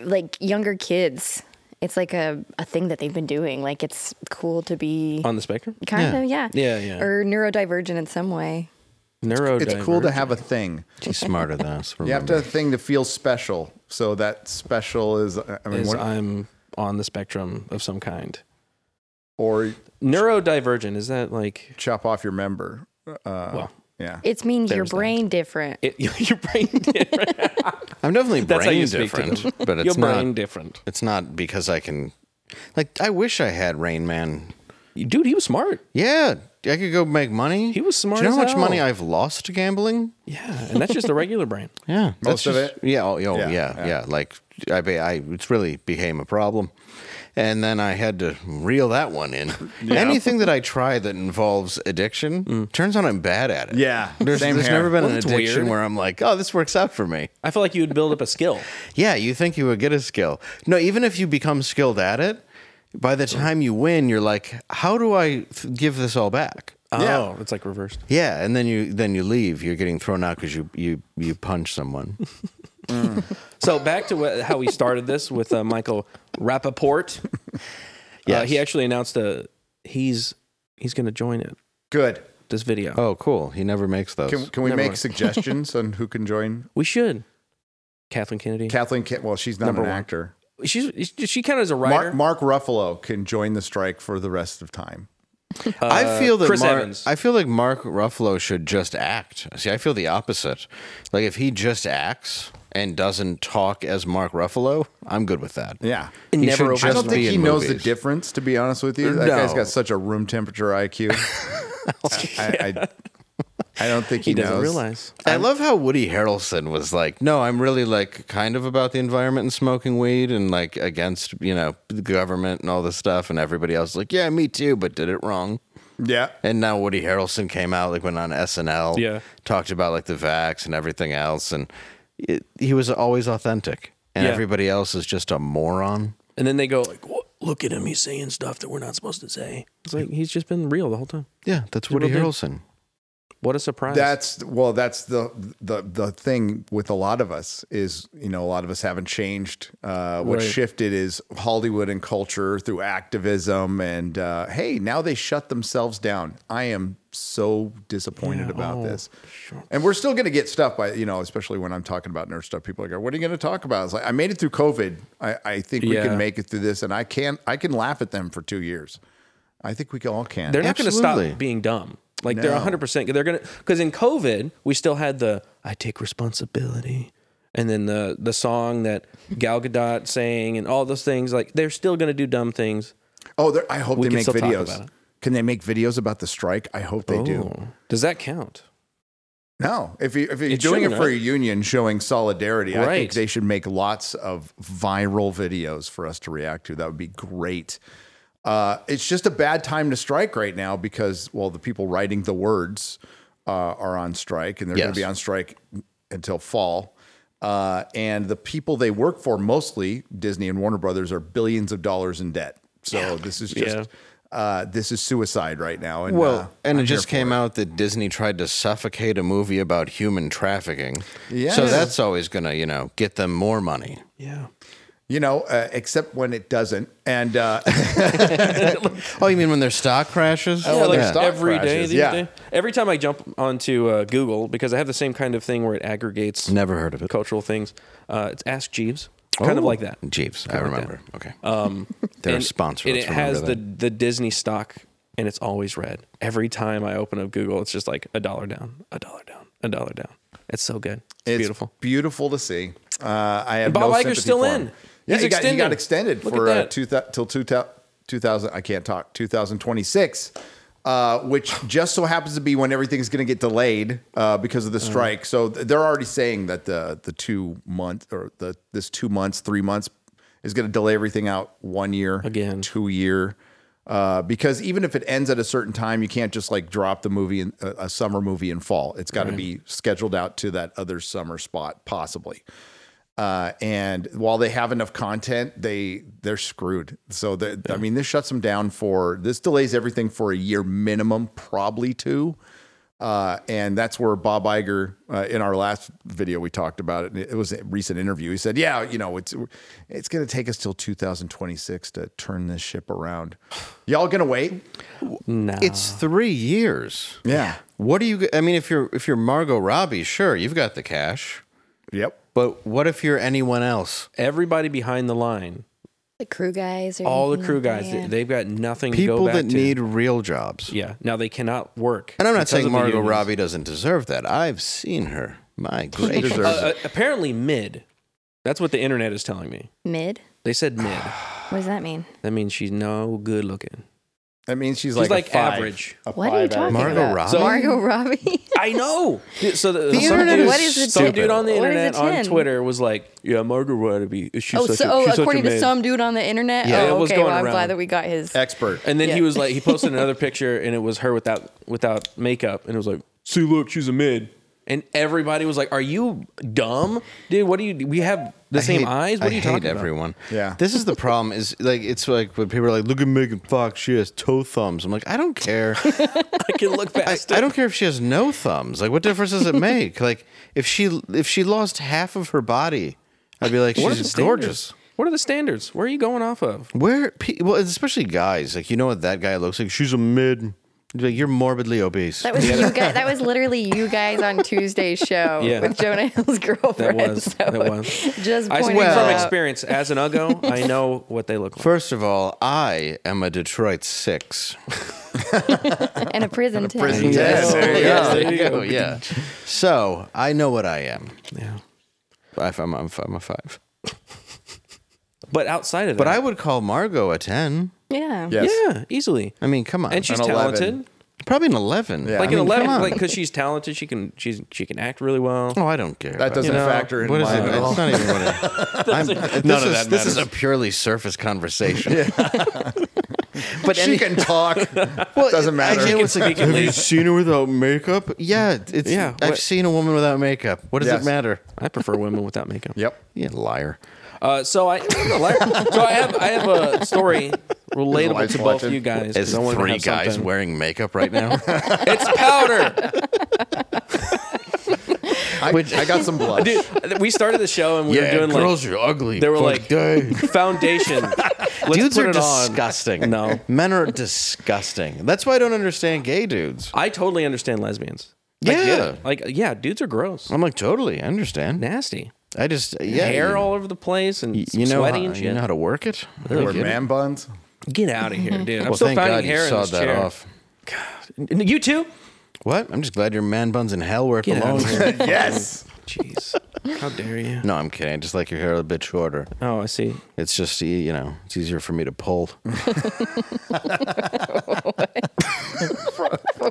[SPEAKER 13] like younger kids. It's like a, a thing that they've been doing. Like it's cool to be
[SPEAKER 7] on the spectrum.
[SPEAKER 13] kind of yeah
[SPEAKER 7] Yeah, yeah.
[SPEAKER 13] or neurodivergent in some way.
[SPEAKER 7] Neuro.
[SPEAKER 14] It's cool to have a thing.
[SPEAKER 2] She's smarter than us.
[SPEAKER 14] You have to have a thing to feel special. So that special is, I mean,
[SPEAKER 7] Is
[SPEAKER 14] what-
[SPEAKER 7] I'm on the spectrum of some kind.
[SPEAKER 14] Or
[SPEAKER 7] neurodivergent is that like
[SPEAKER 14] chop off your member? Uh,
[SPEAKER 7] well,
[SPEAKER 14] yeah.
[SPEAKER 13] It means your
[SPEAKER 7] There's that.
[SPEAKER 13] brain different.
[SPEAKER 7] your brain
[SPEAKER 2] I'm definitely
[SPEAKER 7] That's how
[SPEAKER 2] brain
[SPEAKER 7] you speak to
[SPEAKER 2] different,
[SPEAKER 7] them. *laughs*
[SPEAKER 2] but it's
[SPEAKER 7] You're
[SPEAKER 2] not
[SPEAKER 7] brain different.
[SPEAKER 2] It's not because I can. Like, I wish I had Rain Man.
[SPEAKER 7] Dude, he was smart.
[SPEAKER 2] Yeah, I could go make money. He was
[SPEAKER 7] smart
[SPEAKER 2] Do you know
[SPEAKER 7] as
[SPEAKER 2] how much
[SPEAKER 7] hell.
[SPEAKER 2] money I've lost to gambling?
[SPEAKER 7] Yeah, and that's just
[SPEAKER 2] *laughs*
[SPEAKER 7] a regular brain.
[SPEAKER 2] Yeah,
[SPEAKER 7] Most
[SPEAKER 2] that's
[SPEAKER 7] of
[SPEAKER 2] just-
[SPEAKER 7] it?
[SPEAKER 2] Yeah, oh, yeah, oh,
[SPEAKER 7] Yeah,
[SPEAKER 2] yeah,
[SPEAKER 7] yeah.
[SPEAKER 2] yeah, Like I, be, I, it's really became a problem, and then I had to reel that one in.
[SPEAKER 14] Yeah.
[SPEAKER 2] Anything that I try that involves addiction, turns out I'm bad at it.
[SPEAKER 14] Yeah,
[SPEAKER 2] there's,
[SPEAKER 14] same
[SPEAKER 2] there's
[SPEAKER 14] here.
[SPEAKER 2] never been
[SPEAKER 14] Well,
[SPEAKER 2] an
[SPEAKER 14] that's
[SPEAKER 2] addiction
[SPEAKER 14] weird.
[SPEAKER 2] where I'm like, oh, this works out for me.
[SPEAKER 7] I feel like you would build up a skill.
[SPEAKER 2] *laughs* Yeah, you think you would get a skill. No, even if you become skilled at it, by the time you win, you're like, how do I th- give this all back?
[SPEAKER 7] Oh, it's like reversed.
[SPEAKER 2] Yeah, and then you then you leave. You're getting thrown out because you you you punch someone.
[SPEAKER 7] Mm. So back to what, how we started this with uh, Michael Rappaport. Yeah,
[SPEAKER 2] Yes.
[SPEAKER 7] he actually announced uh, he's he's going to join it.
[SPEAKER 14] Good.
[SPEAKER 7] This video.
[SPEAKER 2] Oh, cool. He never makes those.
[SPEAKER 14] Can, can we
[SPEAKER 7] Never
[SPEAKER 14] make
[SPEAKER 7] mind.
[SPEAKER 14] suggestions on who can join?
[SPEAKER 7] *laughs* We should. *laughs* Kathleen Kennedy.
[SPEAKER 14] Kathleen, Ken- well, she's not
[SPEAKER 7] Number
[SPEAKER 14] an
[SPEAKER 7] one.
[SPEAKER 14] actor.
[SPEAKER 7] She's she kind of is a writer.
[SPEAKER 14] Mark, Mark Ruffalo can join the strike for the rest of time.
[SPEAKER 2] I feel that
[SPEAKER 7] Uh, Chris
[SPEAKER 2] Mar-
[SPEAKER 7] Evans.
[SPEAKER 2] I feel like Mark Ruffalo should just act. See, I feel the opposite. Like if he just acts and doesn't talk as Mark Ruffalo, I'm good with that.
[SPEAKER 14] Yeah,
[SPEAKER 2] He should
[SPEAKER 14] I
[SPEAKER 2] just
[SPEAKER 14] don't think
[SPEAKER 2] be
[SPEAKER 14] he
[SPEAKER 2] in
[SPEAKER 14] knows the
[SPEAKER 2] movies.
[SPEAKER 14] difference. To be honest with you, that guy's
[SPEAKER 2] No.
[SPEAKER 14] got such a room
[SPEAKER 7] *laughs*
[SPEAKER 14] temperature IQ. I, I, I, I don't think he, knows.
[SPEAKER 2] I love how Woody Harrelson was like, "No, I'm really like kind of about the environment and smoking weed and like against you know the government and all this stuff." And everybody else was like, "Yeah, me too," but did it wrong.
[SPEAKER 14] Yeah.
[SPEAKER 2] And now Woody Harrelson came out like went on SNL,
[SPEAKER 7] Yeah.
[SPEAKER 2] talked about like the vax and everything else, and it, he was always authentic. And
[SPEAKER 7] Yeah.
[SPEAKER 2] everybody else is just a moron.
[SPEAKER 7] and then they go like, "What? Look at him. He's saying stuff that we're not supposed to say." It's like he's just been real the whole time.
[SPEAKER 2] Yeah, that's
[SPEAKER 7] He's a
[SPEAKER 2] Woody
[SPEAKER 7] real dude.
[SPEAKER 2] Harrelson.
[SPEAKER 7] What a surprise!
[SPEAKER 14] That's well. That's the the the thing with a lot of us is you know a lot of us haven't changed. Uh, what
[SPEAKER 7] Right.
[SPEAKER 14] shifted is Hollywood and culture through activism and uh, hey, now they shut themselves down. I am so disappointed about
[SPEAKER 7] oh,
[SPEAKER 14] this. And we're still going to get stuff by you know, especially when I'm talking about nerd stuff. People are like, "What are you going to talk about?" It's like I made it through COVID. I, I think we
[SPEAKER 7] Yeah.
[SPEAKER 14] can make it through this, and I can I can laugh at them for two years. I think we can- all can.
[SPEAKER 7] they're not going to stop being dumb. Like they're
[SPEAKER 14] No.
[SPEAKER 7] 100. percent They're going to because in COVID we still had the "I take responsibility" and then the the song that Gal Gadot sang and all those things. Like they're still going to do dumb things.
[SPEAKER 14] Oh, they're- I hope
[SPEAKER 7] We
[SPEAKER 14] they
[SPEAKER 7] can
[SPEAKER 14] make
[SPEAKER 7] still talk
[SPEAKER 14] videos.
[SPEAKER 7] about it.
[SPEAKER 14] Can they make videos about the strike? I hope they do.
[SPEAKER 7] Oh. Does that count?
[SPEAKER 14] No, if you if you're
[SPEAKER 7] It
[SPEAKER 14] doing it
[SPEAKER 7] shouldn't,
[SPEAKER 14] for a
[SPEAKER 7] right?
[SPEAKER 14] union showing solidarity, I
[SPEAKER 7] Right.
[SPEAKER 14] think they should make lots of viral videos for us to react to. That would be great. Uh, it's just a bad time to strike right now because well, the people writing the words uh, are on strike and they're going
[SPEAKER 2] Yes.
[SPEAKER 14] to be on strike until fall. Uh, and the people they work for, mostly Disney and Warner Brothers, are billions of dollars in debt. So this is just uh, this is suicide right now. And,
[SPEAKER 2] well,
[SPEAKER 14] uh,
[SPEAKER 2] and
[SPEAKER 14] I'm
[SPEAKER 2] it just
[SPEAKER 14] here for
[SPEAKER 2] came out that Disney tried to suffocate a movie about human trafficking.
[SPEAKER 14] Yes.
[SPEAKER 2] So that's always going to, you know, get them more money.
[SPEAKER 7] Yeah.
[SPEAKER 14] You know, uh, except when it doesn't. And uh, *laughs*
[SPEAKER 2] oh, you mean when their stock crashes?
[SPEAKER 7] yeah, like
[SPEAKER 2] Yeah.
[SPEAKER 7] every day
[SPEAKER 14] Oh, crashes,
[SPEAKER 7] these
[SPEAKER 14] yeah.
[SPEAKER 7] days. Every time I jump onto uh, Google because I have the same kind of thing where it aggregates.
[SPEAKER 2] Never heard of it.
[SPEAKER 7] Cultural things. Uh, it's Ask Jeeves, kind of
[SPEAKER 2] Oh.
[SPEAKER 7] like that.
[SPEAKER 2] Jeeves, I
[SPEAKER 7] Kind of like
[SPEAKER 2] remember. Okay.
[SPEAKER 7] that. Um,
[SPEAKER 2] *laughs* They're a
[SPEAKER 7] and-
[SPEAKER 2] sponsor,
[SPEAKER 7] And it
[SPEAKER 2] let's remember
[SPEAKER 7] has the the Disney stock, and it's always red. Every time I open up Google, it's just like a dollar down, a dollar down, a dollar down. It's so good. It's,
[SPEAKER 14] It's
[SPEAKER 7] beautiful.
[SPEAKER 14] Beautiful to see. Uh, I have
[SPEAKER 7] And Bob
[SPEAKER 14] no
[SPEAKER 7] Iger's
[SPEAKER 14] sympathy
[SPEAKER 7] still
[SPEAKER 14] for
[SPEAKER 7] in.
[SPEAKER 14] him. Yeah,
[SPEAKER 7] He's
[SPEAKER 14] he got, he got
[SPEAKER 7] extended.
[SPEAKER 14] extended
[SPEAKER 7] Look
[SPEAKER 14] for
[SPEAKER 7] at
[SPEAKER 14] uh,
[SPEAKER 7] that.
[SPEAKER 14] two thou- till two thou- 2000. I can't talk. 2026. uh, which just so happens to be when everything's going to get delayed uh, because
[SPEAKER 7] Uh-huh.
[SPEAKER 14] of the strike. So th- they're already saying that the the two month or the this two months, three months is going to delay everything out one year again, two year. Uh, because even if it ends at a certain time, you can't just like drop the movie in a, a summer movie in fall. It's got to
[SPEAKER 11] Right.
[SPEAKER 14] be scheduled out to that other summer spot, possibly. Uh, and while they have enough content, they they're screwed. So the, I mean, this shuts them down for this delays everything for a year minimum, probably two. Uh, and that's where Bob Iger, uh, in our last video, we talked about it. and It was a recent interview. He said, "Yeah, you know, it's it's going to take us till 2026 to turn this ship around. Y'all going to wait?
[SPEAKER 7] No,
[SPEAKER 2] It's three years.
[SPEAKER 14] Yeah.
[SPEAKER 2] What do you? I mean, if you're if you're Margot Robbie, sure, you've got the cash.
[SPEAKER 14] Yep.
[SPEAKER 2] But what if you're anyone else?
[SPEAKER 7] Everybody behind the line.
[SPEAKER 13] The crew guys. Or
[SPEAKER 7] all the
[SPEAKER 13] anything
[SPEAKER 7] crew
[SPEAKER 13] like that,
[SPEAKER 7] guys,
[SPEAKER 13] yeah.
[SPEAKER 7] they, have got nothing. to
[SPEAKER 2] People
[SPEAKER 7] go back
[SPEAKER 2] that
[SPEAKER 7] to.
[SPEAKER 2] need real jobs.
[SPEAKER 7] Yeah. Now they cannot work.
[SPEAKER 2] And I'm not
[SPEAKER 7] because
[SPEAKER 2] saying
[SPEAKER 7] of the
[SPEAKER 2] Margot
[SPEAKER 7] unions.
[SPEAKER 2] Robbie doesn't deserve that. I've seen her. My gracious.
[SPEAKER 7] Uh, uh, apparently mid. That's what the internet is telling me.
[SPEAKER 13] Mid?
[SPEAKER 7] They said mid. *sighs*
[SPEAKER 13] What does that mean?
[SPEAKER 7] that means she's no good looking.
[SPEAKER 14] That means she's,
[SPEAKER 7] like,
[SPEAKER 14] like a five.
[SPEAKER 7] average.
[SPEAKER 14] A
[SPEAKER 13] What are you talking about? Margot
[SPEAKER 7] *laughs*
[SPEAKER 13] Robbie?
[SPEAKER 7] I know. Dude, So the,
[SPEAKER 13] The
[SPEAKER 7] some
[SPEAKER 13] internet
[SPEAKER 7] dude,
[SPEAKER 13] is What is a
[SPEAKER 7] some
[SPEAKER 13] 10?
[SPEAKER 7] dude on the
[SPEAKER 13] What is a
[SPEAKER 7] internet on
[SPEAKER 13] 10?
[SPEAKER 7] Twitter was like, "Yeah, Margot Robbie, she's
[SPEAKER 13] oh,
[SPEAKER 7] such
[SPEAKER 13] so,
[SPEAKER 7] a,
[SPEAKER 13] oh
[SPEAKER 7] she's such a
[SPEAKER 13] according to
[SPEAKER 7] mid."
[SPEAKER 13] some dude on the internet?
[SPEAKER 7] Yeah, it
[SPEAKER 13] oh,
[SPEAKER 7] was
[SPEAKER 13] okay.
[SPEAKER 7] going
[SPEAKER 13] well, I'm
[SPEAKER 7] around.
[SPEAKER 13] glad that we got
[SPEAKER 7] *laughs*
[SPEAKER 13] his.
[SPEAKER 14] expert.
[SPEAKER 7] And then he
[SPEAKER 13] Yeah.
[SPEAKER 7] was like, he
[SPEAKER 13] *laughs*
[SPEAKER 7] posted another picture, and it was her without without makeup, and it was like, see, look, she's a mid. And everybody was like, "Are you dumb, dude? What do you? We have the
[SPEAKER 2] I
[SPEAKER 7] same
[SPEAKER 2] hate-
[SPEAKER 7] eyes. What
[SPEAKER 2] I
[SPEAKER 7] are you
[SPEAKER 2] hate
[SPEAKER 7] talking about?"
[SPEAKER 2] everyone.
[SPEAKER 14] Yeah.
[SPEAKER 2] This is the problem is like it's like when people are like, look at Megan Fox, she has toe thumbs. I'm like, I don't care.
[SPEAKER 7] *laughs* I can look past
[SPEAKER 2] *laughs* I, don't care if she has no thumbs. Like what difference
[SPEAKER 7] *laughs*
[SPEAKER 2] does it make? Like if she if she lost half of her body, I'd be like,
[SPEAKER 7] What are the
[SPEAKER 2] she's
[SPEAKER 7] standards?
[SPEAKER 2] gorgeous.
[SPEAKER 7] What are the standards? Where are you going off of?
[SPEAKER 2] Where pe- well, especially guys, like you know what that guy looks like? She's a mid. Like you're morbidly obese. *laughs*
[SPEAKER 13] That was you guys. That was literally you guys
[SPEAKER 7] *laughs*
[SPEAKER 13] on Tuesday's show
[SPEAKER 2] Yeah.
[SPEAKER 13] with Jonah *laughs* Hill's
[SPEAKER 7] That
[SPEAKER 13] girlfriend. *laughs*
[SPEAKER 7] was
[SPEAKER 13] So
[SPEAKER 7] that was.
[SPEAKER 13] Just
[SPEAKER 7] I
[SPEAKER 13] pointing
[SPEAKER 7] speak
[SPEAKER 13] it
[SPEAKER 7] from
[SPEAKER 13] out.
[SPEAKER 7] experience as an
[SPEAKER 13] *laughs*
[SPEAKER 7] Uggo. I know what they look like.
[SPEAKER 2] First of all, I am a Detroit six.
[SPEAKER 13] *laughs* and a *laughs* prison tent.
[SPEAKER 2] Prison test.
[SPEAKER 7] There you
[SPEAKER 2] Yeah,
[SPEAKER 7] go.
[SPEAKER 2] there you
[SPEAKER 7] There
[SPEAKER 2] go,
[SPEAKER 7] you *laughs* go.
[SPEAKER 2] Yeah. So I know what I am. Yeah. Five, I'm, I'm, I'm a five.
[SPEAKER 7] But outside of
[SPEAKER 2] But
[SPEAKER 7] that-
[SPEAKER 2] I would call Margot a 10.
[SPEAKER 13] Yeah.
[SPEAKER 7] Yeah, easily.
[SPEAKER 2] I mean, come on.
[SPEAKER 7] And she's An 11. talented.
[SPEAKER 2] Probably an 11.
[SPEAKER 7] like
[SPEAKER 2] I mean,
[SPEAKER 7] an eleven,
[SPEAKER 2] come on.
[SPEAKER 7] like because she's talented, she can she's she can act really well.
[SPEAKER 2] Oh, I don't care. about
[SPEAKER 7] You know,
[SPEAKER 2] What is it? It's not
[SPEAKER 7] *laughs*
[SPEAKER 2] even what it, I'm,
[SPEAKER 7] Doesn't-
[SPEAKER 2] this
[SPEAKER 7] None of
[SPEAKER 2] is-
[SPEAKER 7] that
[SPEAKER 2] This is a
[SPEAKER 7] matters.
[SPEAKER 2] purely surface
[SPEAKER 7] *laughs*
[SPEAKER 2] conversation. but
[SPEAKER 14] she
[SPEAKER 2] *laughs*
[SPEAKER 14] can talk. Doesn't matter.
[SPEAKER 2] I know it's like, have you seen her without makeup? Yeah, it's.
[SPEAKER 7] Yeah,
[SPEAKER 2] I've
[SPEAKER 7] what-
[SPEAKER 2] seen a woman without makeup. What does
[SPEAKER 7] Yes.
[SPEAKER 2] it matter?
[SPEAKER 7] I prefer women without makeup.
[SPEAKER 14] Yep.
[SPEAKER 2] Yeah, liar.
[SPEAKER 7] Uh, so I I'm a liar. so I have I have a Uh, story relatable
[SPEAKER 2] Wife's
[SPEAKER 7] to both
[SPEAKER 2] watching.
[SPEAKER 7] of you guys. 'cause
[SPEAKER 2] Is
[SPEAKER 7] I wanted to
[SPEAKER 2] three
[SPEAKER 7] have
[SPEAKER 2] guys
[SPEAKER 7] something.
[SPEAKER 2] wearing makeup right now?
[SPEAKER 7] *laughs* It's powder.
[SPEAKER 14] I, I
[SPEAKER 7] *laughs*
[SPEAKER 14] got some blush.
[SPEAKER 7] Dude, we started the show and we
[SPEAKER 2] Yeah,
[SPEAKER 7] were doing like
[SPEAKER 2] girls are ugly.
[SPEAKER 7] They were
[SPEAKER 2] Fuck,
[SPEAKER 7] like
[SPEAKER 2] dang. *laughs*
[SPEAKER 7] *laughs* foundation. Let's
[SPEAKER 2] dudes
[SPEAKER 7] put
[SPEAKER 2] are
[SPEAKER 7] it on.
[SPEAKER 2] disgusting.
[SPEAKER 7] No.
[SPEAKER 2] men are disgusting. That's why I don't understand gay dudes.
[SPEAKER 7] I totally understand lesbians. I
[SPEAKER 2] Yeah,
[SPEAKER 7] get it. like yeah, dudes are gross.
[SPEAKER 2] I'm like totally. I understand.
[SPEAKER 7] Nasty.
[SPEAKER 2] I just yeah.
[SPEAKER 7] hair
[SPEAKER 2] you-
[SPEAKER 7] all over the place and
[SPEAKER 2] you know
[SPEAKER 7] sweaty
[SPEAKER 2] how,
[SPEAKER 7] and shit.
[SPEAKER 2] You know how to work it.
[SPEAKER 7] They
[SPEAKER 2] I
[SPEAKER 7] were
[SPEAKER 2] get it.
[SPEAKER 7] man
[SPEAKER 14] buns.
[SPEAKER 7] Get out of here,
[SPEAKER 2] *laughs*
[SPEAKER 7] dude. I'm
[SPEAKER 2] Well,
[SPEAKER 7] still
[SPEAKER 2] thank
[SPEAKER 7] finding
[SPEAKER 2] God you
[SPEAKER 7] hair in
[SPEAKER 2] sawed
[SPEAKER 7] this
[SPEAKER 2] that
[SPEAKER 7] chair.
[SPEAKER 2] off.
[SPEAKER 7] God, you too.
[SPEAKER 2] What? I'm just glad your man buns in hell where it
[SPEAKER 7] Get out
[SPEAKER 2] belongs.
[SPEAKER 7] of
[SPEAKER 2] *laughs*
[SPEAKER 7] here.
[SPEAKER 14] *laughs* yes.
[SPEAKER 7] Jeez. How dare you?
[SPEAKER 2] No, I'm kidding. I just like your hair a bit shorter.
[SPEAKER 7] Oh, I see.
[SPEAKER 2] It's just you you know, it's easier for me to pull.
[SPEAKER 7] *laughs*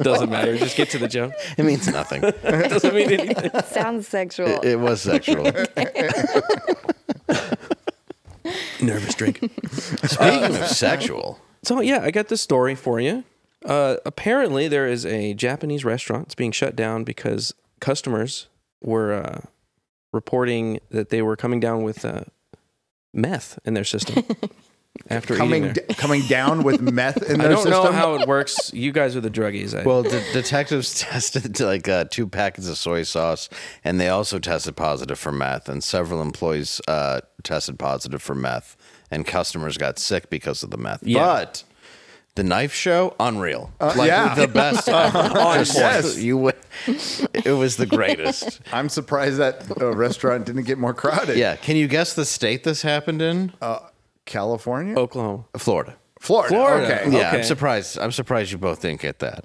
[SPEAKER 7] Doesn't matter. Just get to the joke.
[SPEAKER 2] It means nothing.
[SPEAKER 7] It *laughs* doesn't mean anything.
[SPEAKER 13] *laughs* Sounds sexual.
[SPEAKER 2] It, it was
[SPEAKER 13] *laughs*
[SPEAKER 2] sexual. *laughs*
[SPEAKER 7] Nervous
[SPEAKER 2] *laughs*
[SPEAKER 7] drink.
[SPEAKER 2] Speaking of sexual,
[SPEAKER 7] So yeah, I got this story for you. Uh, apparently, there is a Japanese restaurant that's being shut down because customers were uh, reporting that they were coming down with uh, meth in
[SPEAKER 13] *laughs*
[SPEAKER 7] their system after
[SPEAKER 14] coming
[SPEAKER 7] eating there.
[SPEAKER 14] d- coming down with meth in
[SPEAKER 7] I
[SPEAKER 14] their
[SPEAKER 7] don't
[SPEAKER 14] system.
[SPEAKER 7] know how it works. You guys are the druggies. I,
[SPEAKER 2] well, the detectives *laughs* tested like uh, two packets of soy sauce, and they also tested positive for meth. And several employees uh, tested positive for meth, and customers got sick because of the meth.
[SPEAKER 7] Yeah.
[SPEAKER 2] But the knife show, unreal,
[SPEAKER 14] Uh,
[SPEAKER 2] like
[SPEAKER 14] yeah.
[SPEAKER 2] the
[SPEAKER 14] *laughs*
[SPEAKER 2] best. ever.
[SPEAKER 14] On
[SPEAKER 2] Just
[SPEAKER 14] point.
[SPEAKER 2] like, you, w- it was the greatest.
[SPEAKER 14] I'm surprised that uh, restaurant didn't get more crowded.
[SPEAKER 2] Yeah, can you guess the state this happened in?
[SPEAKER 14] Uh, California,
[SPEAKER 7] Oklahoma,
[SPEAKER 2] Florida.
[SPEAKER 14] Florida.
[SPEAKER 2] Florida.
[SPEAKER 14] Okay.
[SPEAKER 2] Yeah,
[SPEAKER 14] Okay.
[SPEAKER 2] I'm surprised. I'm surprised you both didn't get that.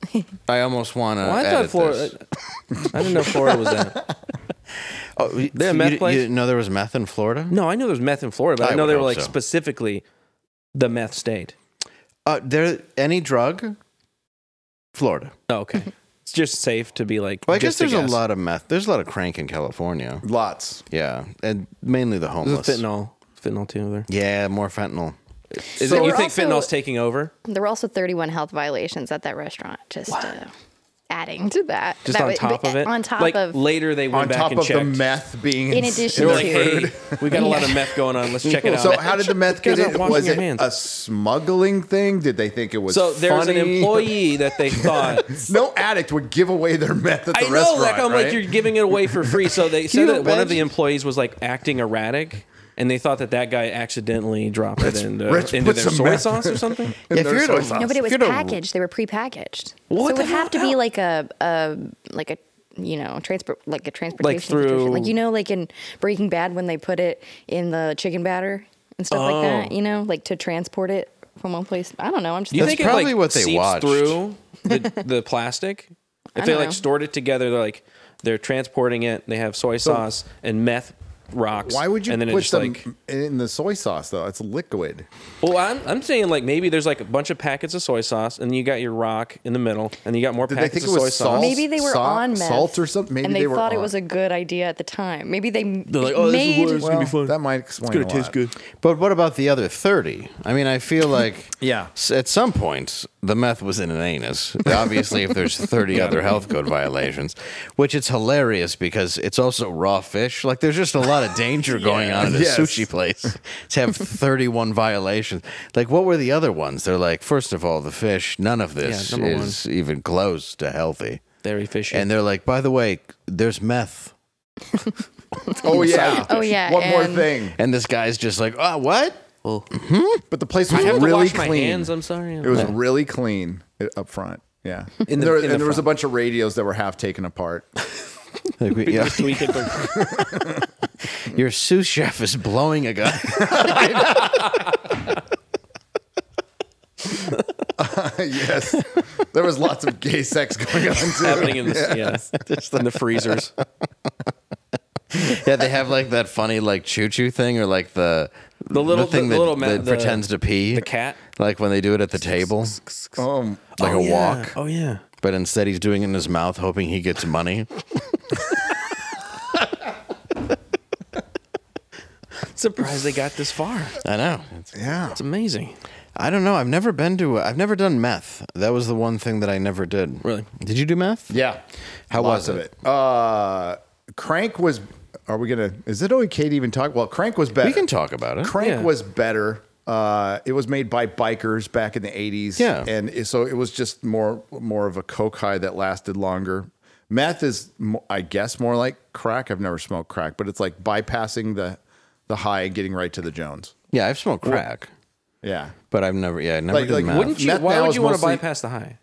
[SPEAKER 2] I almost want to.
[SPEAKER 7] Well, I thought Florida- I didn't know Florida was that.
[SPEAKER 2] *laughs* Oh, you,
[SPEAKER 7] They have
[SPEAKER 2] you-
[SPEAKER 7] meth
[SPEAKER 2] you
[SPEAKER 7] place?
[SPEAKER 2] didn't know there was meth in Florida?
[SPEAKER 7] No, I knew there was meth in Florida, but I,
[SPEAKER 2] I
[SPEAKER 7] know
[SPEAKER 2] would
[SPEAKER 7] they were
[SPEAKER 2] hope
[SPEAKER 7] like
[SPEAKER 2] so.
[SPEAKER 7] specifically the meth state.
[SPEAKER 2] Uh, there any drug Florida.
[SPEAKER 13] *laughs*
[SPEAKER 7] Oh, okay. it's just safe to be like.
[SPEAKER 2] Well, I guess
[SPEAKER 7] just
[SPEAKER 2] there's a
[SPEAKER 7] guess.
[SPEAKER 2] lot of meth. There's a lot of crank in California.
[SPEAKER 14] Lots.
[SPEAKER 2] Yeah, and mainly the homeless.
[SPEAKER 7] fentanyl. Fentanyl too there.
[SPEAKER 2] Yeah, more fentanyl.
[SPEAKER 7] Is
[SPEAKER 13] So-
[SPEAKER 7] it, you
[SPEAKER 13] We're
[SPEAKER 7] think
[SPEAKER 13] also-
[SPEAKER 7] fentanyl's taking over?
[SPEAKER 13] There were also 31 health violations at that restaurant. Just uh, adding to that.
[SPEAKER 7] Just
[SPEAKER 13] That
[SPEAKER 7] on
[SPEAKER 13] was-
[SPEAKER 7] top of it.
[SPEAKER 13] On top
[SPEAKER 7] like
[SPEAKER 13] of
[SPEAKER 7] later they went
[SPEAKER 14] On
[SPEAKER 7] back
[SPEAKER 14] top
[SPEAKER 7] and
[SPEAKER 14] of the
[SPEAKER 7] checked.
[SPEAKER 14] meth being
[SPEAKER 13] In in addition
[SPEAKER 7] They were
[SPEAKER 13] to-
[SPEAKER 7] like, hey, we got a
[SPEAKER 13] *laughs*
[SPEAKER 7] lot of meth going on. Let's check it out.
[SPEAKER 14] So how did the meth
[SPEAKER 7] You
[SPEAKER 14] get
[SPEAKER 7] guys aren't
[SPEAKER 14] in?
[SPEAKER 7] washing
[SPEAKER 14] Was
[SPEAKER 7] your
[SPEAKER 14] it
[SPEAKER 7] hands.
[SPEAKER 14] a smuggling thing? Did they think it was
[SPEAKER 7] So there's an
[SPEAKER 14] funny? *laughs*
[SPEAKER 7] employee that they thought.
[SPEAKER 14] no addict would give away their meth at the
[SPEAKER 7] I know,
[SPEAKER 14] restaurant.
[SPEAKER 7] like I'm
[SPEAKER 14] right?
[SPEAKER 7] like you're giving it away for free. So they
[SPEAKER 14] *laughs* you
[SPEAKER 7] said that one of
[SPEAKER 14] imagine?
[SPEAKER 7] the employees was like acting erratic, and they thought that that guy accidentally dropped it into,
[SPEAKER 14] Rich,
[SPEAKER 7] into
[SPEAKER 14] put
[SPEAKER 7] their
[SPEAKER 14] some
[SPEAKER 7] soy
[SPEAKER 14] meth
[SPEAKER 7] sauce
[SPEAKER 14] *laughs*
[SPEAKER 7] or something.
[SPEAKER 2] Yeah, if you're at a-
[SPEAKER 13] No, but it was
[SPEAKER 2] If you're gonna-
[SPEAKER 13] packaged. They were prepackaged.
[SPEAKER 7] What
[SPEAKER 13] so it
[SPEAKER 7] the
[SPEAKER 13] would have to be like a, a like a you know transport like a transportation
[SPEAKER 7] through-
[SPEAKER 13] institution. like you know like in Breaking Bad when they put it in the chicken batter and stuff like that.
[SPEAKER 7] Oh.
[SPEAKER 13] You know, like to transport it from one place. I don't know. I'm just
[SPEAKER 7] Do you think it, like, seeps
[SPEAKER 2] watched. *laughs*
[SPEAKER 7] through the, the plastic?
[SPEAKER 13] I
[SPEAKER 7] If they
[SPEAKER 13] don't
[SPEAKER 7] like
[SPEAKER 13] know.
[SPEAKER 7] stored it together, they're like they're transporting it. They have soy
[SPEAKER 14] So-
[SPEAKER 7] sauce and meth rocks.
[SPEAKER 14] Why would you
[SPEAKER 7] And then
[SPEAKER 14] put
[SPEAKER 7] it's just
[SPEAKER 14] them
[SPEAKER 7] like.
[SPEAKER 14] in the soy sauce though? It's liquid.
[SPEAKER 7] Well, I'm, I'm saying like maybe there's like a bunch of packets of soy sauce, and you got your rock in the middle, and you got more
[SPEAKER 14] Did they
[SPEAKER 7] packets of
[SPEAKER 14] think it
[SPEAKER 7] soy
[SPEAKER 14] was
[SPEAKER 7] sauce.
[SPEAKER 13] Maybe they were
[SPEAKER 14] Salt-
[SPEAKER 13] on meth.
[SPEAKER 14] salt or something? Maybe
[SPEAKER 13] and they,
[SPEAKER 14] they were
[SPEAKER 13] thought
[SPEAKER 14] on-
[SPEAKER 13] it was a good idea at the time. Maybe they
[SPEAKER 2] They're like, oh, this is
[SPEAKER 13] made
[SPEAKER 2] what it's gonna be
[SPEAKER 14] Well, fun. that might explain
[SPEAKER 2] gonna
[SPEAKER 14] a lot.
[SPEAKER 2] But what about the other 30? I mean, I feel
[SPEAKER 7] *laughs*
[SPEAKER 2] like
[SPEAKER 14] Yeah.
[SPEAKER 2] s- at some point, the meth was in an anus. Obviously, if there's
[SPEAKER 7] *laughs*
[SPEAKER 2] 30 other health code violations, which it's hilarious because it's also raw fish. Like, there's just a lot of
[SPEAKER 7] *laughs*
[SPEAKER 2] danger going on at a
[SPEAKER 15] Yes.
[SPEAKER 2] sushi place to have 31 violations. Like, what were the other ones? They're like, first of all, the fish, none of this
[SPEAKER 7] number one.
[SPEAKER 2] is even close to healthy.
[SPEAKER 7] Very fishy.
[SPEAKER 2] And they're like, by the way, there's meth.
[SPEAKER 14] Oh yeah.
[SPEAKER 13] Oh, yeah,
[SPEAKER 14] One more
[SPEAKER 13] and-
[SPEAKER 14] thing.
[SPEAKER 2] And this guy's just like, oh, what? Mm-hmm.
[SPEAKER 7] Well,
[SPEAKER 14] But the place
[SPEAKER 7] I
[SPEAKER 14] was
[SPEAKER 7] have to
[SPEAKER 14] really
[SPEAKER 7] wash my
[SPEAKER 14] clean.
[SPEAKER 7] hands, I'm sorry.
[SPEAKER 14] It was
[SPEAKER 7] Yeah.
[SPEAKER 14] really clean i- up front. Yeah.
[SPEAKER 7] In
[SPEAKER 14] and
[SPEAKER 7] the-
[SPEAKER 14] there,
[SPEAKER 7] in the
[SPEAKER 14] and there was a
[SPEAKER 7] front.
[SPEAKER 14] bunch of radios that were half taken apart.
[SPEAKER 7] *laughs*
[SPEAKER 2] Like, we- yeah.
[SPEAKER 7] Just tweak it for-
[SPEAKER 2] *laughs*
[SPEAKER 14] *laughs*
[SPEAKER 2] Your sous chef is blowing a guy.
[SPEAKER 14] yes. There was lots of gay sex going on too.
[SPEAKER 7] happening in the
[SPEAKER 14] *laughs*
[SPEAKER 7] yeah, in the freezers.
[SPEAKER 2] yeah, they have like that funny like choo choo thing or like the
[SPEAKER 7] The little-
[SPEAKER 2] thing
[SPEAKER 7] the
[SPEAKER 2] that,
[SPEAKER 7] little ma-
[SPEAKER 2] that
[SPEAKER 7] the-
[SPEAKER 2] pretends to pee. The
[SPEAKER 7] cat.
[SPEAKER 2] Like when they do it at the table.
[SPEAKER 14] Um,
[SPEAKER 2] Like
[SPEAKER 7] Oh,
[SPEAKER 2] a
[SPEAKER 7] yeah.
[SPEAKER 2] walk.
[SPEAKER 7] Oh
[SPEAKER 14] *laughs*
[SPEAKER 7] yeah.
[SPEAKER 2] But instead he's doing it in his mouth hoping he gets *laughs* money.
[SPEAKER 7] Surprised they got this far.
[SPEAKER 2] I know. It's,
[SPEAKER 14] yeah.
[SPEAKER 7] It's amazing.
[SPEAKER 2] I don't know. I've never been to I've never done meth. That was the one thing that I never did.
[SPEAKER 7] Really?
[SPEAKER 2] Did you do meth?
[SPEAKER 14] Yeah.
[SPEAKER 2] How was
[SPEAKER 14] Lots of it? Uh, Crank was. Are we gonna? Is it okay to even talk? Well, Crank was better.
[SPEAKER 2] We can talk about it.
[SPEAKER 14] Crank
[SPEAKER 2] Yeah.
[SPEAKER 14] was better. Uh, it was made by bikers back in the '80s.
[SPEAKER 2] Yeah.
[SPEAKER 14] and it- so it was just more more of a coke high that lasted longer. Meth is, mo- I guess, more like crack. I've never smoked crack, but it's like bypassing the the high and getting right to the Jones.
[SPEAKER 2] Yeah, I've smoked crack.
[SPEAKER 14] Yeah.
[SPEAKER 2] But I've never yeah, I never
[SPEAKER 14] Like-
[SPEAKER 2] did
[SPEAKER 14] like,
[SPEAKER 2] meth.
[SPEAKER 7] Wouldn't you?
[SPEAKER 14] Meth
[SPEAKER 7] Why
[SPEAKER 14] now
[SPEAKER 7] would
[SPEAKER 14] is
[SPEAKER 7] you want to
[SPEAKER 14] mostly-
[SPEAKER 7] bypass the high?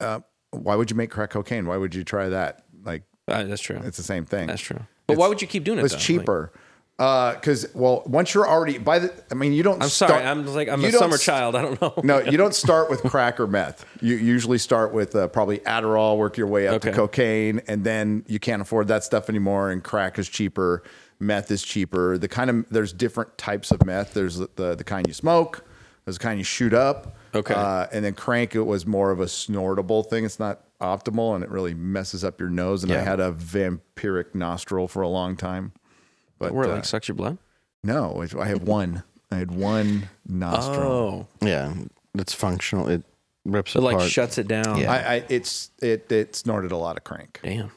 [SPEAKER 14] Uh, why would you make crack cocaine? Why would you try that? Like
[SPEAKER 7] Uh, that's true.
[SPEAKER 14] it's the same thing.
[SPEAKER 7] That's true. But why would you keep doing it?
[SPEAKER 14] It's
[SPEAKER 7] though? Like,
[SPEAKER 14] cheaper. because well, once you're already by the, I mean, you don't.
[SPEAKER 7] I'm
[SPEAKER 14] start-
[SPEAKER 7] sorry. I'm just like I'm
[SPEAKER 14] you
[SPEAKER 7] a
[SPEAKER 14] don't
[SPEAKER 7] summer
[SPEAKER 14] s-
[SPEAKER 7] child. I don't know.
[SPEAKER 14] No, you don't start with crack or meth. You usually start with uh, probably Adderall, work your way up to
[SPEAKER 7] Okay.
[SPEAKER 14] cocaine, and then you can't afford that stuff anymore. And crack is cheaper, meth is cheaper. The kind of there's different types of meth. There's the the, the kind you smoke. There's the kind you shoot up.
[SPEAKER 7] Okay.
[SPEAKER 14] Uh, and then crank, it was more of a snortable thing. It's not optimal, and it really messes up your nose. And I
[SPEAKER 7] Yeah.
[SPEAKER 14] had a vampiric nostril for a long time. But
[SPEAKER 7] Where it
[SPEAKER 14] uh,
[SPEAKER 7] like sucks your blood.
[SPEAKER 2] oh,
[SPEAKER 14] no, it- I had one. I had one nostril.
[SPEAKER 7] Oh,
[SPEAKER 2] Yeah, it's functional. It rips
[SPEAKER 7] it like
[SPEAKER 2] apart.
[SPEAKER 7] shuts it down.
[SPEAKER 2] Yeah.
[SPEAKER 14] I, I it's it it snorted a lot of crank.
[SPEAKER 7] Damn.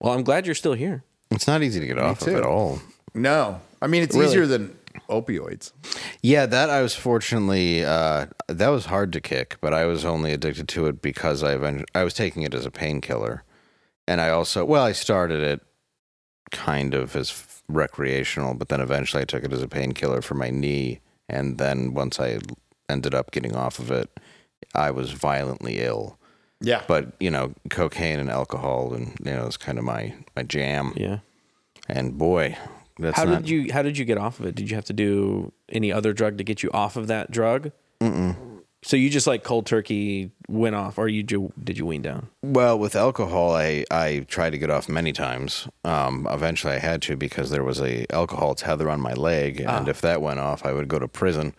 [SPEAKER 7] Well, I'm glad you're still here.
[SPEAKER 2] it's not easy to get off
[SPEAKER 14] too.
[SPEAKER 2] of at all.
[SPEAKER 14] No, I mean it's
[SPEAKER 2] Really?
[SPEAKER 14] easier than opioids.
[SPEAKER 2] Yeah, that I was fortunately uh, that was hard to kick, but I was only addicted to it because I eventually, I was taking it as a painkiller, and I also well I started it kind of as f- recreational, but then eventually I took it as a painkiller for my knee, and then once I ended up getting off of it, I was violently ill.
[SPEAKER 14] Yeah.
[SPEAKER 2] But you know, cocaine and alcohol, and you know, it's kind of my my jam.
[SPEAKER 7] Yeah.
[SPEAKER 2] And boy, that's
[SPEAKER 7] how
[SPEAKER 2] not
[SPEAKER 7] did you How did you get off of it? Did you have to do any other drug to get you off of that drug?
[SPEAKER 2] Mm-mm.
[SPEAKER 7] So you just like cold turkey went off, or you ju- did you wean down?
[SPEAKER 2] Well, with alcohol, I, I tried to get off many times. Um, eventually, I had to because there was a alcohol tether on my leg,
[SPEAKER 7] Ah.
[SPEAKER 2] and if that went off, I would go to prison.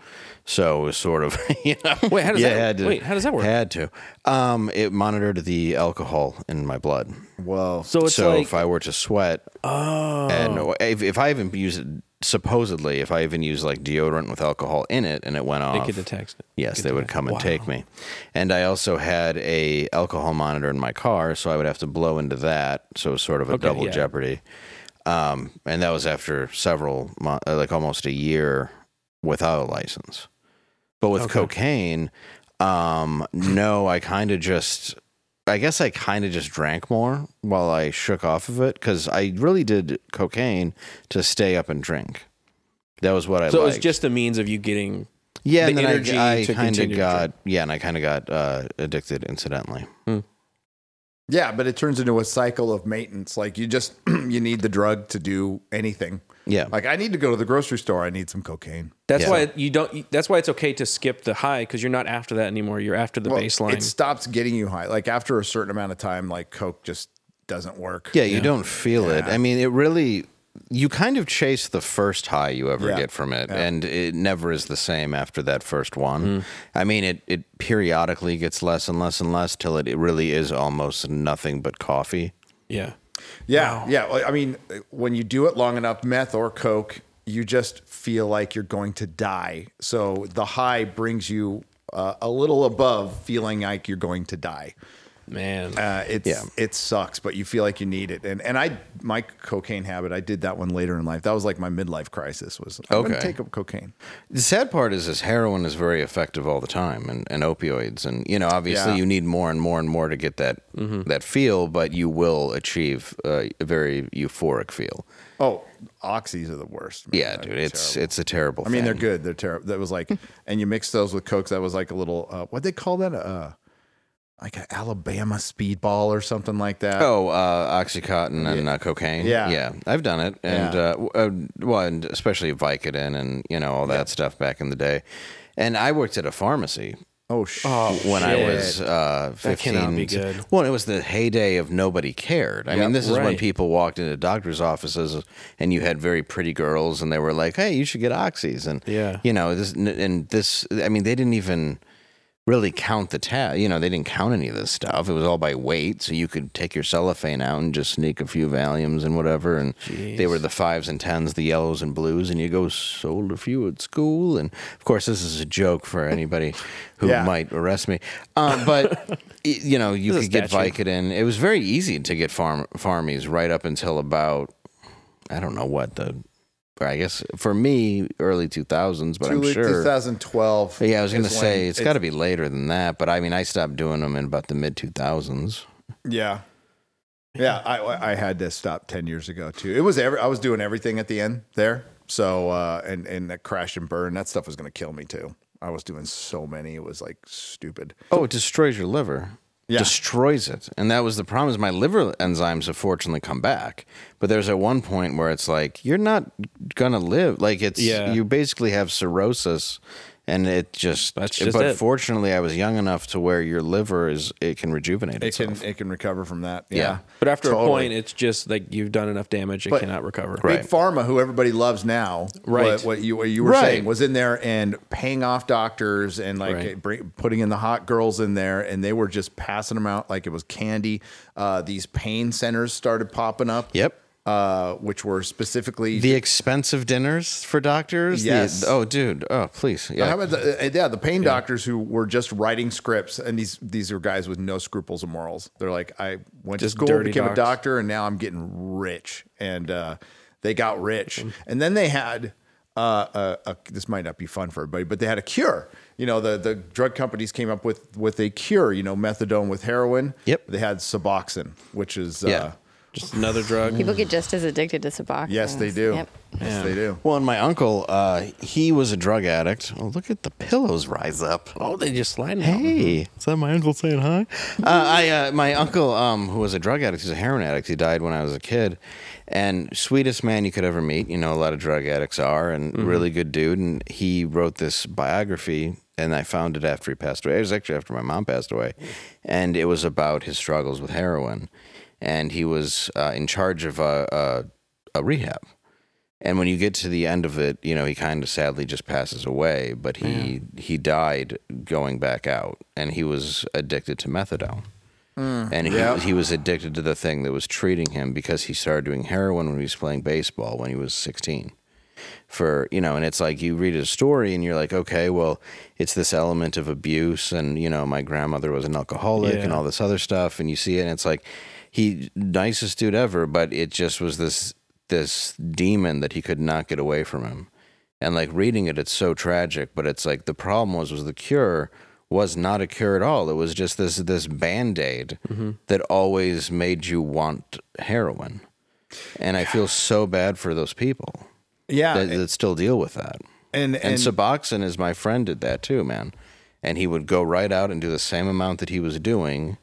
[SPEAKER 2] So it was sort of *laughs* you know,
[SPEAKER 7] *laughs* Wait, how does
[SPEAKER 2] yeah,
[SPEAKER 7] that-
[SPEAKER 2] had to-
[SPEAKER 7] wait, how does that work?
[SPEAKER 2] Had to. Um, it monitored the alcohol in my blood.
[SPEAKER 14] Whoa!
[SPEAKER 7] So it's like-
[SPEAKER 2] if I were to sweat,
[SPEAKER 7] oh,
[SPEAKER 2] and if, if I even use it. Supposedly, if I even used like deodorant with alcohol in it and it went off,
[SPEAKER 7] They could detect it.
[SPEAKER 2] Yes,
[SPEAKER 7] Could
[SPEAKER 2] they would
[SPEAKER 7] detect-
[SPEAKER 2] come and
[SPEAKER 7] Wow.
[SPEAKER 2] take me. And I also had a alcohol monitor in my car, so I would have to blow into that. So it was sort of a
[SPEAKER 7] Okay,
[SPEAKER 2] double
[SPEAKER 7] yeah.
[SPEAKER 2] jeopardy. Um, and that was after several, mo- uh, like almost a year without a license. But with
[SPEAKER 7] Okay.
[SPEAKER 2] cocaine, um, no, I kind of just, I guess I kind of just drank more while I shook off of it because I really did cocaine to stay up and drink. That was what I
[SPEAKER 7] so it was
[SPEAKER 2] liked.
[SPEAKER 7] just a means of you getting
[SPEAKER 2] Yeah,
[SPEAKER 7] the
[SPEAKER 2] and then
[SPEAKER 7] energy
[SPEAKER 2] I, I
[SPEAKER 7] to
[SPEAKER 2] kind of
[SPEAKER 7] continue.
[SPEAKER 2] got yeah, and I kind of got uh, addicted incidentally.
[SPEAKER 7] Hmm.
[SPEAKER 14] Yeah, but it turns into a cycle of maintenance. Like you just *clears throat* you need the drug to do anything.
[SPEAKER 2] Yeah.
[SPEAKER 14] Like I need to go to the grocery store. I need some cocaine.
[SPEAKER 7] That's why you don't. That's why it's okay to skip the high because you're not after that anymore. You're after the
[SPEAKER 14] Well,
[SPEAKER 7] baseline.
[SPEAKER 14] It stops getting you high. Like after a certain amount of time, like coke just doesn't work.
[SPEAKER 2] Yeah, you don't feel it. I mean, it really you kind of chase the first high you ever
[SPEAKER 14] Yeah.
[SPEAKER 2] get from it, and it never is the same after that first
[SPEAKER 7] Hmm.
[SPEAKER 2] one. I mean, it it periodically gets less and less and less till it, it really is almost nothing but coffee.
[SPEAKER 7] Yeah.
[SPEAKER 14] Yeah, yeah. Well, I mean, when you do it long enough, meth or coke, you just feel like you're going to die. So the high brings you uh, a little above feeling like you're going to die.
[SPEAKER 7] Man,
[SPEAKER 14] uh, it's it sucks, but you feel like you need it. And and I my cocaine habit, I did that one later in life. That was like my midlife crisis. Was I'm gonna
[SPEAKER 2] Okay.
[SPEAKER 14] take up cocaine.
[SPEAKER 2] The sad part is, is heroin is very effective all the time, and, and opioids, and you know, obviously,
[SPEAKER 14] Yeah. Mm-hmm.
[SPEAKER 2] you need more and more and more to get that that feel, but you will achieve uh, a very euphoric feel.
[SPEAKER 14] Oh, oxys are the worst. man.
[SPEAKER 2] yeah,
[SPEAKER 14] They're
[SPEAKER 2] dude, it's
[SPEAKER 14] terrible.
[SPEAKER 2] it's a terrible.
[SPEAKER 14] I mean, they're
[SPEAKER 2] thing.
[SPEAKER 14] good. They're terrible. That was *laughs* like, and you mix those with cokes. That was like a little. Uh, what they call that? Uh, like an Alabama speedball or something like that.
[SPEAKER 2] Oh, uh, oxycontin and uh, cocaine.
[SPEAKER 14] Yeah.
[SPEAKER 2] yeah, I've done it, and
[SPEAKER 14] Yeah.
[SPEAKER 2] uh, w- uh, well, and especially Vicodin and you know all that stuff back in the day. And I worked at a pharmacy.
[SPEAKER 14] Oh, sh-
[SPEAKER 2] when I was
[SPEAKER 14] shit.
[SPEAKER 2] uh,
[SPEAKER 14] That
[SPEAKER 2] fifteen.
[SPEAKER 14] cannot be good.
[SPEAKER 2] Well, it was the heyday of nobody cared. I
[SPEAKER 14] Yep,
[SPEAKER 2] mean, this is when
[SPEAKER 14] right.
[SPEAKER 2] people walked into doctors' offices, and you had very pretty girls, and they were like, "Hey, you should get oxys," and
[SPEAKER 7] Yeah.
[SPEAKER 2] you know this, and this. I mean, they didn't even really count the tab. You know, they didn't count any of this stuff. It was all by weight. So you could take your cellophane out and just sneak a few Valiums and whatever. And they were the fives and tens, the yellows and blues. And you go, sold a few at school. And of course, this is a joke for
[SPEAKER 14] *laughs*
[SPEAKER 2] anybody who
[SPEAKER 14] Yeah.
[SPEAKER 2] might arrest me. Um,
[SPEAKER 14] *laughs*
[SPEAKER 2] but, y- you know, you
[SPEAKER 7] This is
[SPEAKER 2] could get
[SPEAKER 7] statute.
[SPEAKER 2] Vicodin. It was very easy to get farm farmies right up until about, I don't know what the. I guess for me, early two thousands, but
[SPEAKER 14] Two-
[SPEAKER 2] I'm sure
[SPEAKER 14] 2012.
[SPEAKER 2] yeah, I was
[SPEAKER 14] is
[SPEAKER 2] going to
[SPEAKER 14] when
[SPEAKER 2] say it's got to be later than that, but I mean, I stopped doing them in about the mid 2000s.
[SPEAKER 14] Yeah. Yeah, I I had to stop ten years ago too. It was every I was doing everything at the end there, so uh, and and that crash and burn that stuff was gonna kill me too. I was doing so many, it was like stupid.
[SPEAKER 2] Oh, it destroys your liver.
[SPEAKER 14] Yeah.
[SPEAKER 2] Destroys it. And that was the problem is my liver enzymes have fortunately come back. But there's at one point where it's like, you're not going to live. Like it's,
[SPEAKER 7] Yeah.
[SPEAKER 2] you basically have cirrhosis and it just,
[SPEAKER 7] just
[SPEAKER 2] but
[SPEAKER 7] it.
[SPEAKER 2] fortunately I was young enough to where your liver is, it can rejuvenate
[SPEAKER 14] It
[SPEAKER 2] itself.
[SPEAKER 14] can it can recover from that. Yeah,
[SPEAKER 2] Yeah.
[SPEAKER 7] But after a
[SPEAKER 14] Totally.
[SPEAKER 7] point, it's just like you've done enough damage; it cannot recover.
[SPEAKER 14] Big pharma, who everybody loves now,
[SPEAKER 7] Right.
[SPEAKER 14] What, what you what you were
[SPEAKER 7] Right.
[SPEAKER 14] saying was in there and paying off doctors and like bring, putting in the hot girls in there, and they were just passing them out like it was candy. Uh, these pain centers started popping up.
[SPEAKER 2] Yep.
[SPEAKER 14] Uh, which were specifically
[SPEAKER 2] the expensive dinners for doctors. the-
[SPEAKER 14] Yes.
[SPEAKER 2] oh, dude. Oh, please.
[SPEAKER 14] Now,
[SPEAKER 2] Yeah.
[SPEAKER 14] how about the, uh, yeah, the pain doctors who were just writing scripts, and these these are guys with no scruples or morals. They're like, I went
[SPEAKER 7] Just
[SPEAKER 14] to school,
[SPEAKER 7] dirty
[SPEAKER 14] became a
[SPEAKER 7] docs.
[SPEAKER 14] doctor, and now I'm getting rich, and uh, they got rich, and then they had. Uh, a, a, this might not be fun for everybody, but they had a cure. You know, the, the drug companies came up with with a cure. You know, methadone with heroin. Yep. They had Suboxone, which is
[SPEAKER 2] Yeah.
[SPEAKER 14] uh,
[SPEAKER 7] Just another drug.
[SPEAKER 13] People get just as addicted to Suboxone. Yep.
[SPEAKER 2] Yes, they do. Well, and my uncle, uh, he was a drug addict. Oh, look at the pillows rise up.
[SPEAKER 7] Oh, they just slide. Mm-hmm.
[SPEAKER 2] Hey, is that my uncle saying hi? uh, I, uh, my uncle, um, who was a drug addict, he's a heroin addict. He died when I was a kid, and sweetest man you could ever meet. You know, a lot of drug addicts are, and
[SPEAKER 7] Mm-hmm.
[SPEAKER 15] Mhm.
[SPEAKER 2] really good dude. And he wrote this biography, and I found it after he passed away. It was actually after my mom passed away, and it was about his struggles with heroin, and he was uh, in charge of a, a, a rehab. And when you get to the end of it, you know, he kind of sadly just passes away, but he he died going back out and he was addicted to methadone.
[SPEAKER 14] Mm.
[SPEAKER 2] And he,
[SPEAKER 14] Yep.
[SPEAKER 2] he was addicted to the thing that was treating him because he started doing heroin when he was playing baseball when he was 16. For, you know, and it's like you read his story and you're like, okay, well, it's this element of abuse. And, you know, my grandmother was an alcoholic and
[SPEAKER 15] Yeah.
[SPEAKER 2] all this other stuff. And you see it and it's like, he, nicest dude ever, but it just was this, this demon that he could not get away from him. And like reading it, it's so tragic, but it's like the problem was, was the cure was not a cure at all. It was just this, this band aid
[SPEAKER 14] Mm-hmm.
[SPEAKER 2] that always made you want heroin. And I feel so bad for those people.
[SPEAKER 14] Yeah.
[SPEAKER 2] That, that still deal with that.
[SPEAKER 14] And-
[SPEAKER 2] and
[SPEAKER 14] and-
[SPEAKER 2] Suboxone is my friend did that too, man. And he would go right out and do the same amount that he was doing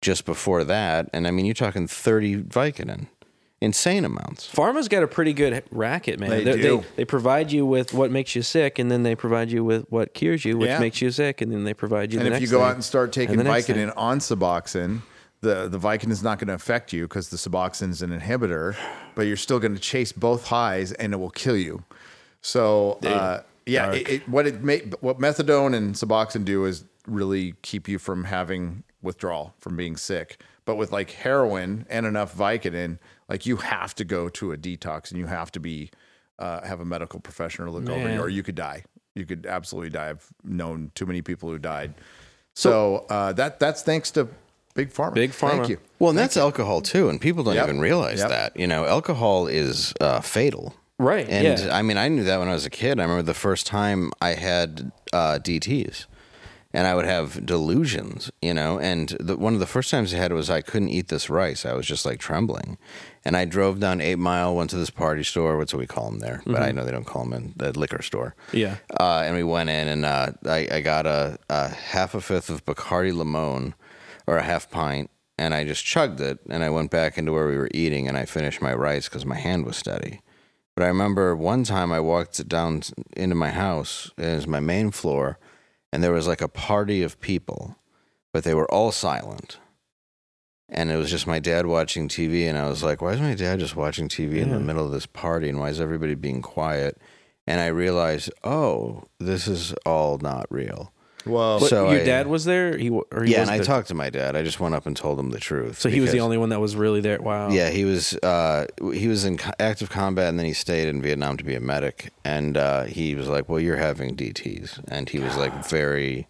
[SPEAKER 2] just before that. And I mean, you're talking 30 Vicodin, insane amounts.
[SPEAKER 7] Pharma's got a pretty good racket, man.
[SPEAKER 2] They
[SPEAKER 7] They're-
[SPEAKER 2] do.
[SPEAKER 7] They, provide you with what makes you sick, and then they provide you with what cures you, which
[SPEAKER 14] Yeah.
[SPEAKER 7] makes you sick, and then they provide you.
[SPEAKER 14] And
[SPEAKER 7] the
[SPEAKER 14] if you
[SPEAKER 7] next
[SPEAKER 14] go
[SPEAKER 7] thing,
[SPEAKER 14] out and start taking
[SPEAKER 7] the next thing.
[SPEAKER 14] Vicodin on Suboxone, the, the Vicodin is not going to affect you because the Suboxone is an inhibitor, but you're still going to chase both highs and it will kill you. So, uh, yeah, it, it, what it may, what methadone and Suboxone do is really keep you from having withdrawal, from being sick. But with like heroin and enough Vicodin, like you have to go to a detox and you have to be uh, have a medical professional look over
[SPEAKER 7] Man.
[SPEAKER 14] you, or you could die. You could absolutely die. I've known too many people who died. So uh, that that's thanks to big pharma. Big Thank you.
[SPEAKER 2] Well, and that's alcohol too, and people don't
[SPEAKER 14] Yep.
[SPEAKER 2] even realize
[SPEAKER 14] Yep.
[SPEAKER 2] that. You know, alcohol is uh, fatal.
[SPEAKER 7] Right,
[SPEAKER 2] And
[SPEAKER 7] yeah.
[SPEAKER 2] I mean, I knew that when I was a kid. I remember the first time I had uh, DTS, and I would have delusions. You know, and the, one of the first times I had it was I couldn't eat this rice. I was just like trembling, and I drove down Eight Mile, went to this party store. What's what we call them there? But I
[SPEAKER 7] Mhm.
[SPEAKER 14] Mm-hmm.
[SPEAKER 2] know they don't call them in the liquor store.
[SPEAKER 7] Yeah.
[SPEAKER 2] Uh, and we went in, and uh, I, I got a, a half a fifth of Bacardi Limon, or a half pint, and I just chugged it. And I went back into where we were eating, and I finished my rice because my hand was steady. But I remember one time I walked down s- into my house, and it was my main floor, and there was like a party of people, but they were all silent. And it was just my dad watching TV, and I was like, "Why is my dad just watching TV in the
[SPEAKER 15] Yeah.
[SPEAKER 2] middle of this party, and why is everybody being quiet?" And I realized, "Oh, this is all not real."
[SPEAKER 14] Well,
[SPEAKER 7] But your
[SPEAKER 2] I- uh,
[SPEAKER 7] dad was there. He wa- or he
[SPEAKER 2] yeah, and
[SPEAKER 7] wasn't
[SPEAKER 2] I
[SPEAKER 7] there?
[SPEAKER 2] talked to my dad. I just went up and told him the truth.
[SPEAKER 7] So he was the
[SPEAKER 2] because-
[SPEAKER 7] only one that was really there. Wow.
[SPEAKER 2] yeah, he was uh, he was in co- active combat, and then he stayed in Vietnam to be a medic. And uh, he was like, "Well, you're having DTS," and he was
[SPEAKER 7] *sighs*
[SPEAKER 2] like very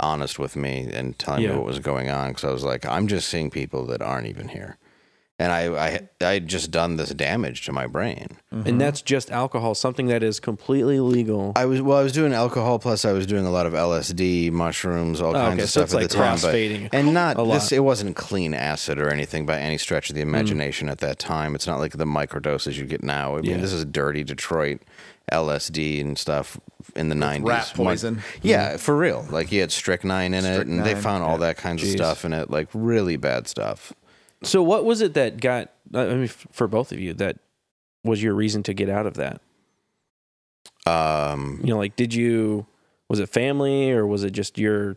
[SPEAKER 2] honest with me and telling
[SPEAKER 15] Yeah.
[SPEAKER 2] me what was going on because I was like, "I'm just seeing people that aren't even here," and I I I had just done this damage to my brain.
[SPEAKER 7] And that's just alcohol, something that is completely legal.
[SPEAKER 2] I was well. I was doing alcohol, plus I was doing a lot of LSD, mushrooms, all
[SPEAKER 7] Oh,
[SPEAKER 2] kinds
[SPEAKER 7] okay,
[SPEAKER 2] of
[SPEAKER 7] so
[SPEAKER 2] stuff
[SPEAKER 7] it's
[SPEAKER 2] at
[SPEAKER 7] like
[SPEAKER 2] the time. but-
[SPEAKER 7] crossfading
[SPEAKER 2] and not
[SPEAKER 7] a lot.
[SPEAKER 2] this. It wasn't clean acid or anything by any stretch of the imagination at that time. It's not like the microdoses you get now. I mean,
[SPEAKER 15] Yeah.
[SPEAKER 2] this is dirty Detroit LSD and stuff in the nineties.
[SPEAKER 14] rat poison.
[SPEAKER 2] Yeah, for real. Like he had strychnine in it, and they
[SPEAKER 7] Strychnine,
[SPEAKER 2] found all that kinds
[SPEAKER 7] Jeez.
[SPEAKER 2] of stuff in it, like really bad stuff.
[SPEAKER 7] So what was it that got? I mean, f- for both of you, that was your reason to get out of that.
[SPEAKER 2] Um,
[SPEAKER 7] you know, like did you? Was it family or was it just your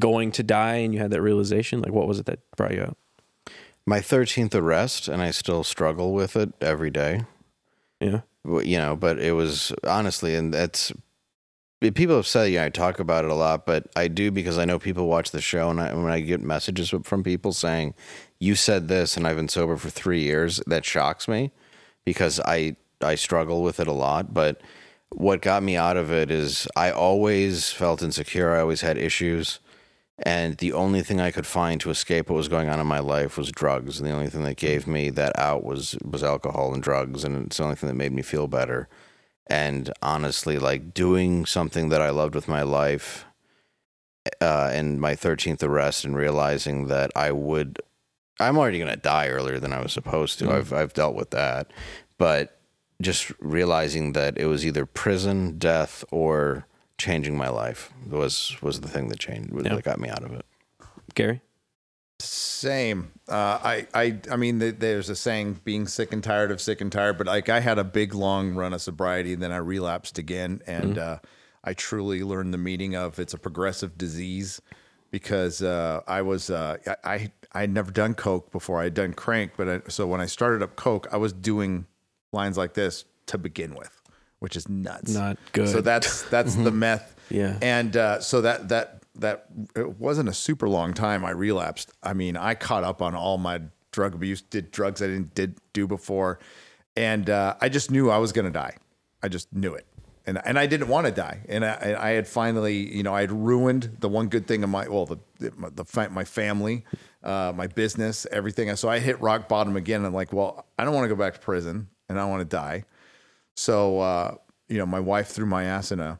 [SPEAKER 7] going to die and you had that realization? Like, what was it that brought you out?
[SPEAKER 2] my 13th arrest and i still struggle with it every day
[SPEAKER 7] yeah
[SPEAKER 2] you know but it was honestly and that's people have said you know i talk about it a lot but i do because i know people watch the show and I, when i get messages from people saying you said this and i've been sober for three years that shocks me because i i struggle with it a lot but what got me out of it is i always felt insecure i always had issues and the only thing I could find to escape what was going on in my life was drugs. And the only thing that gave me that out was was alcohol and drugs. And it's the only thing that made me feel better. And honestly, like doing something that I loved with my life, uh, and my thirteenth arrest, and realizing that I would I'm already going to die earlier than I was supposed to. I've I've dealt with that, but just realizing that it was either prison, death, or changing my life was was the thing that changed that got me out of it.
[SPEAKER 7] Gary,
[SPEAKER 14] Same. Uh, I, I, I mean, th- there's a saying, being sick and tired of sick and tired, but like I had a big long run of sobriety and then I relapsed again. And,
[SPEAKER 7] Mhm.
[SPEAKER 14] uh, I truly learned the meaning of it's a progressive disease because, uh, I was, uh, I, I, I had never done Coke before I had done crank. But I, so when I started up Coke, I was doing lines like this to begin with, which is nuts.
[SPEAKER 7] Not good.
[SPEAKER 14] So that's, that's
[SPEAKER 7] *laughs*
[SPEAKER 14] the
[SPEAKER 7] Mhm.
[SPEAKER 14] meth.
[SPEAKER 7] Yeah.
[SPEAKER 14] And uh, so that that that it wasn't a super long time. I relapsed. I mean, I caught up on all my drug abuse. Did drugs I didn't did do before, and uh, I just knew I was going to die. I just knew it, and and I didn't want to die. And I, and I had finally, you know, I had ruined the one good thing of my well, the the, the fa- my family, uh, my business, everything. So I hit rock bottom again. I'm like, well, I don't want to go back to prison, and I want to die. So uh, you know, my wife threw my ass in a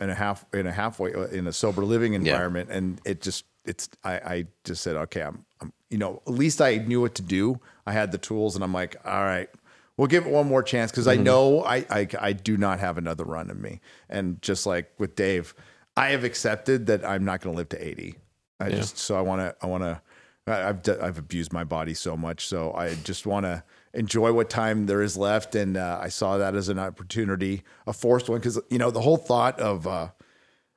[SPEAKER 14] in a half in a halfway uh, in a sober living environment, and it just it's I I just said okay, I'm, I'm you know at least I knew what to do. I had the tools, and I'm like, all right, we'll give it one more chance because I
[SPEAKER 7] Mhm.
[SPEAKER 14] know I, I I do not have another run in me, and just like with Dave, I have accepted that I'm not going to live to eighty. I
[SPEAKER 7] Yeah.
[SPEAKER 14] just so I want to I want to I- I've d- I've abused my body so much, so I just want to enjoy what time there is left, and uh, I saw that as an opportunity, a forced one, because you know the whole thought of uh,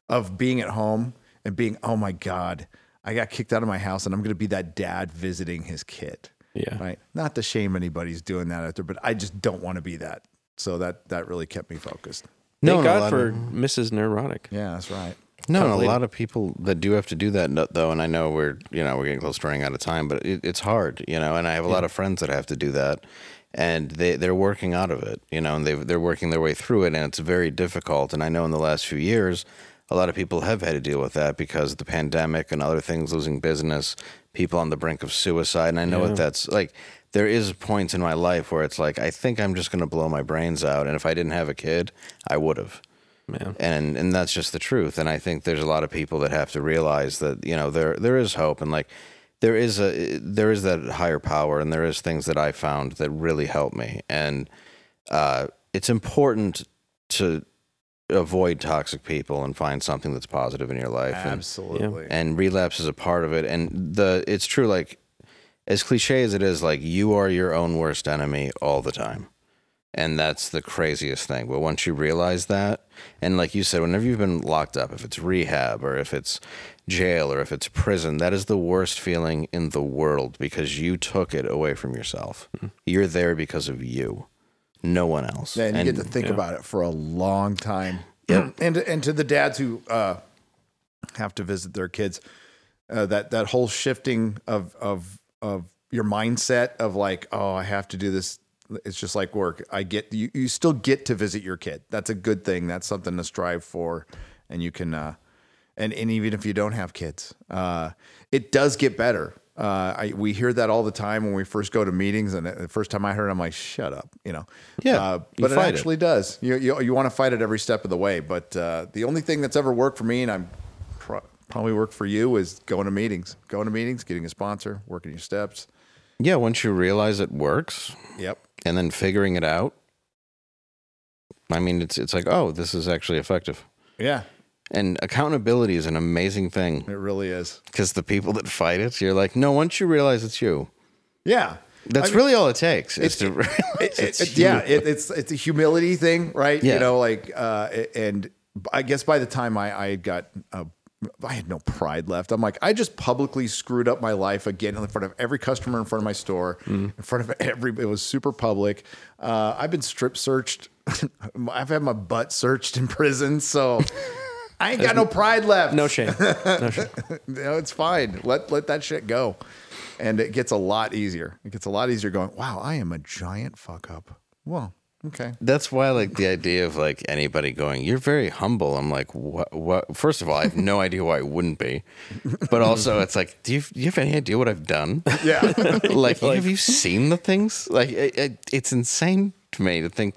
[SPEAKER 14] of being at home and being oh my god, I got kicked out of my house, and I'm going to be that dad visiting his kid.
[SPEAKER 7] Yeah,
[SPEAKER 14] right. Not to shame anybody's doing that out there, but I just don't want to be that. So that that really kept me focused.
[SPEAKER 7] thank
[SPEAKER 2] lot
[SPEAKER 7] God for
[SPEAKER 2] of-
[SPEAKER 7] Mrs. Neurotic.
[SPEAKER 14] Yeah, that's right.
[SPEAKER 2] No,
[SPEAKER 7] Tough
[SPEAKER 2] and a
[SPEAKER 7] lady.
[SPEAKER 2] lot of people that do have to do that, no- though, and I know we're you know we're getting close to running out of time, but it, it's hard, you know. And I have a lot of friends that have to do that, and they they're working out of it, you know, and they they're working their way through it, and it's very difficult. And I know in the last few years, a lot of people have had to deal with that because of the pandemic and other things, losing business, people on the brink of suicide, and I know
[SPEAKER 7] Yeah.
[SPEAKER 2] what that's like. There is points in my life where it's like I think I'm just going to blow my brains out, and if I didn't have a kid, I would have and and that's just the truth and i think there's a lot of people that have to realize that you know there there is hope and like there is a there is that higher power and there is things that i found that really help me and uh it's important to avoid toxic people and find something that's positive in your life and-
[SPEAKER 14] Absolutely.
[SPEAKER 2] and, relapse is a part of it and the it's true like as cliche as it is like you are your own worst enemy all the time and that's the craziest thing. But once you realize that, and like you said, whenever you've been locked up, if it's rehab or if it's jail or if it's prison, that is the worst feeling in the world because you took it away from yourself. You're there because of you, no one else.
[SPEAKER 14] Yeah, and, you get to think
[SPEAKER 2] yeah.
[SPEAKER 14] about it for a long time. Yep. *clears throat* and and to the dads who uh, have to visit their kids, uh, that that whole shifting of of of your mindset of like, oh, I have to do this. It's just like work. I get you. You still get to visit your kid. That's a good thing. That's something to strive for, and you can. Uh, and and even if you don't have kids, uh, it does get better. Uh, I, we hear that all the time when we first go to meetings, and the first time I heard, it, I'm like, "Shut up," you know.
[SPEAKER 2] Yeah,
[SPEAKER 14] Uh,
[SPEAKER 2] you
[SPEAKER 14] but it
[SPEAKER 2] fight it.
[SPEAKER 14] actually does. You you, you want to fight it every step of the way. But uh, the only thing that's ever worked for me, and I'm pro- probably worked for you, is going to meetings, going to meetings, getting a sponsor, working your steps.
[SPEAKER 2] Yeah, once you realize it works,
[SPEAKER 14] Yep.
[SPEAKER 2] and then figuring it out. I mean, it's it's like, oh, this is actually effective.
[SPEAKER 14] Yeah,
[SPEAKER 2] And accountability is an amazing thing.
[SPEAKER 14] It really is.
[SPEAKER 2] Because the people that fight it, you're like, no, once you realize it's you,
[SPEAKER 14] yeah.
[SPEAKER 2] that's
[SPEAKER 14] I mean-
[SPEAKER 2] really all it takes. Is to *laughs* realize
[SPEAKER 14] It- it-
[SPEAKER 2] it's
[SPEAKER 14] it- yeah,
[SPEAKER 2] you.
[SPEAKER 14] it, it's it's a humility thing, right?
[SPEAKER 2] Yeah.
[SPEAKER 14] You know, like uh, and I guess by the time I I had got uh, I had no pride left. I'm like I just publicly screwed up my life again in front of every customer, in front of my store, in front of every. It was super public. Uh, I've been strip searched. *laughs* I've had my butt searched in prison, so. I ain't got no pride left. No *laughs*
[SPEAKER 7] shame.
[SPEAKER 14] No shame. no, it's fine. Let let that shit go. And it gets a lot easier. It gets a lot easier going, wow, I am a giant fuck up. Well, okay.
[SPEAKER 2] That's why, like, the idea of like anybody going, "You're very humble." I'm like, what? What? First of all, I have
[SPEAKER 14] *laughs*
[SPEAKER 2] no idea why I wouldn't be, but also, it's like, do you, do you have any idea what I've done?
[SPEAKER 14] Yeah.
[SPEAKER 2] *laughs* like, have you seen the things? Like, it, it, it's insane to me to think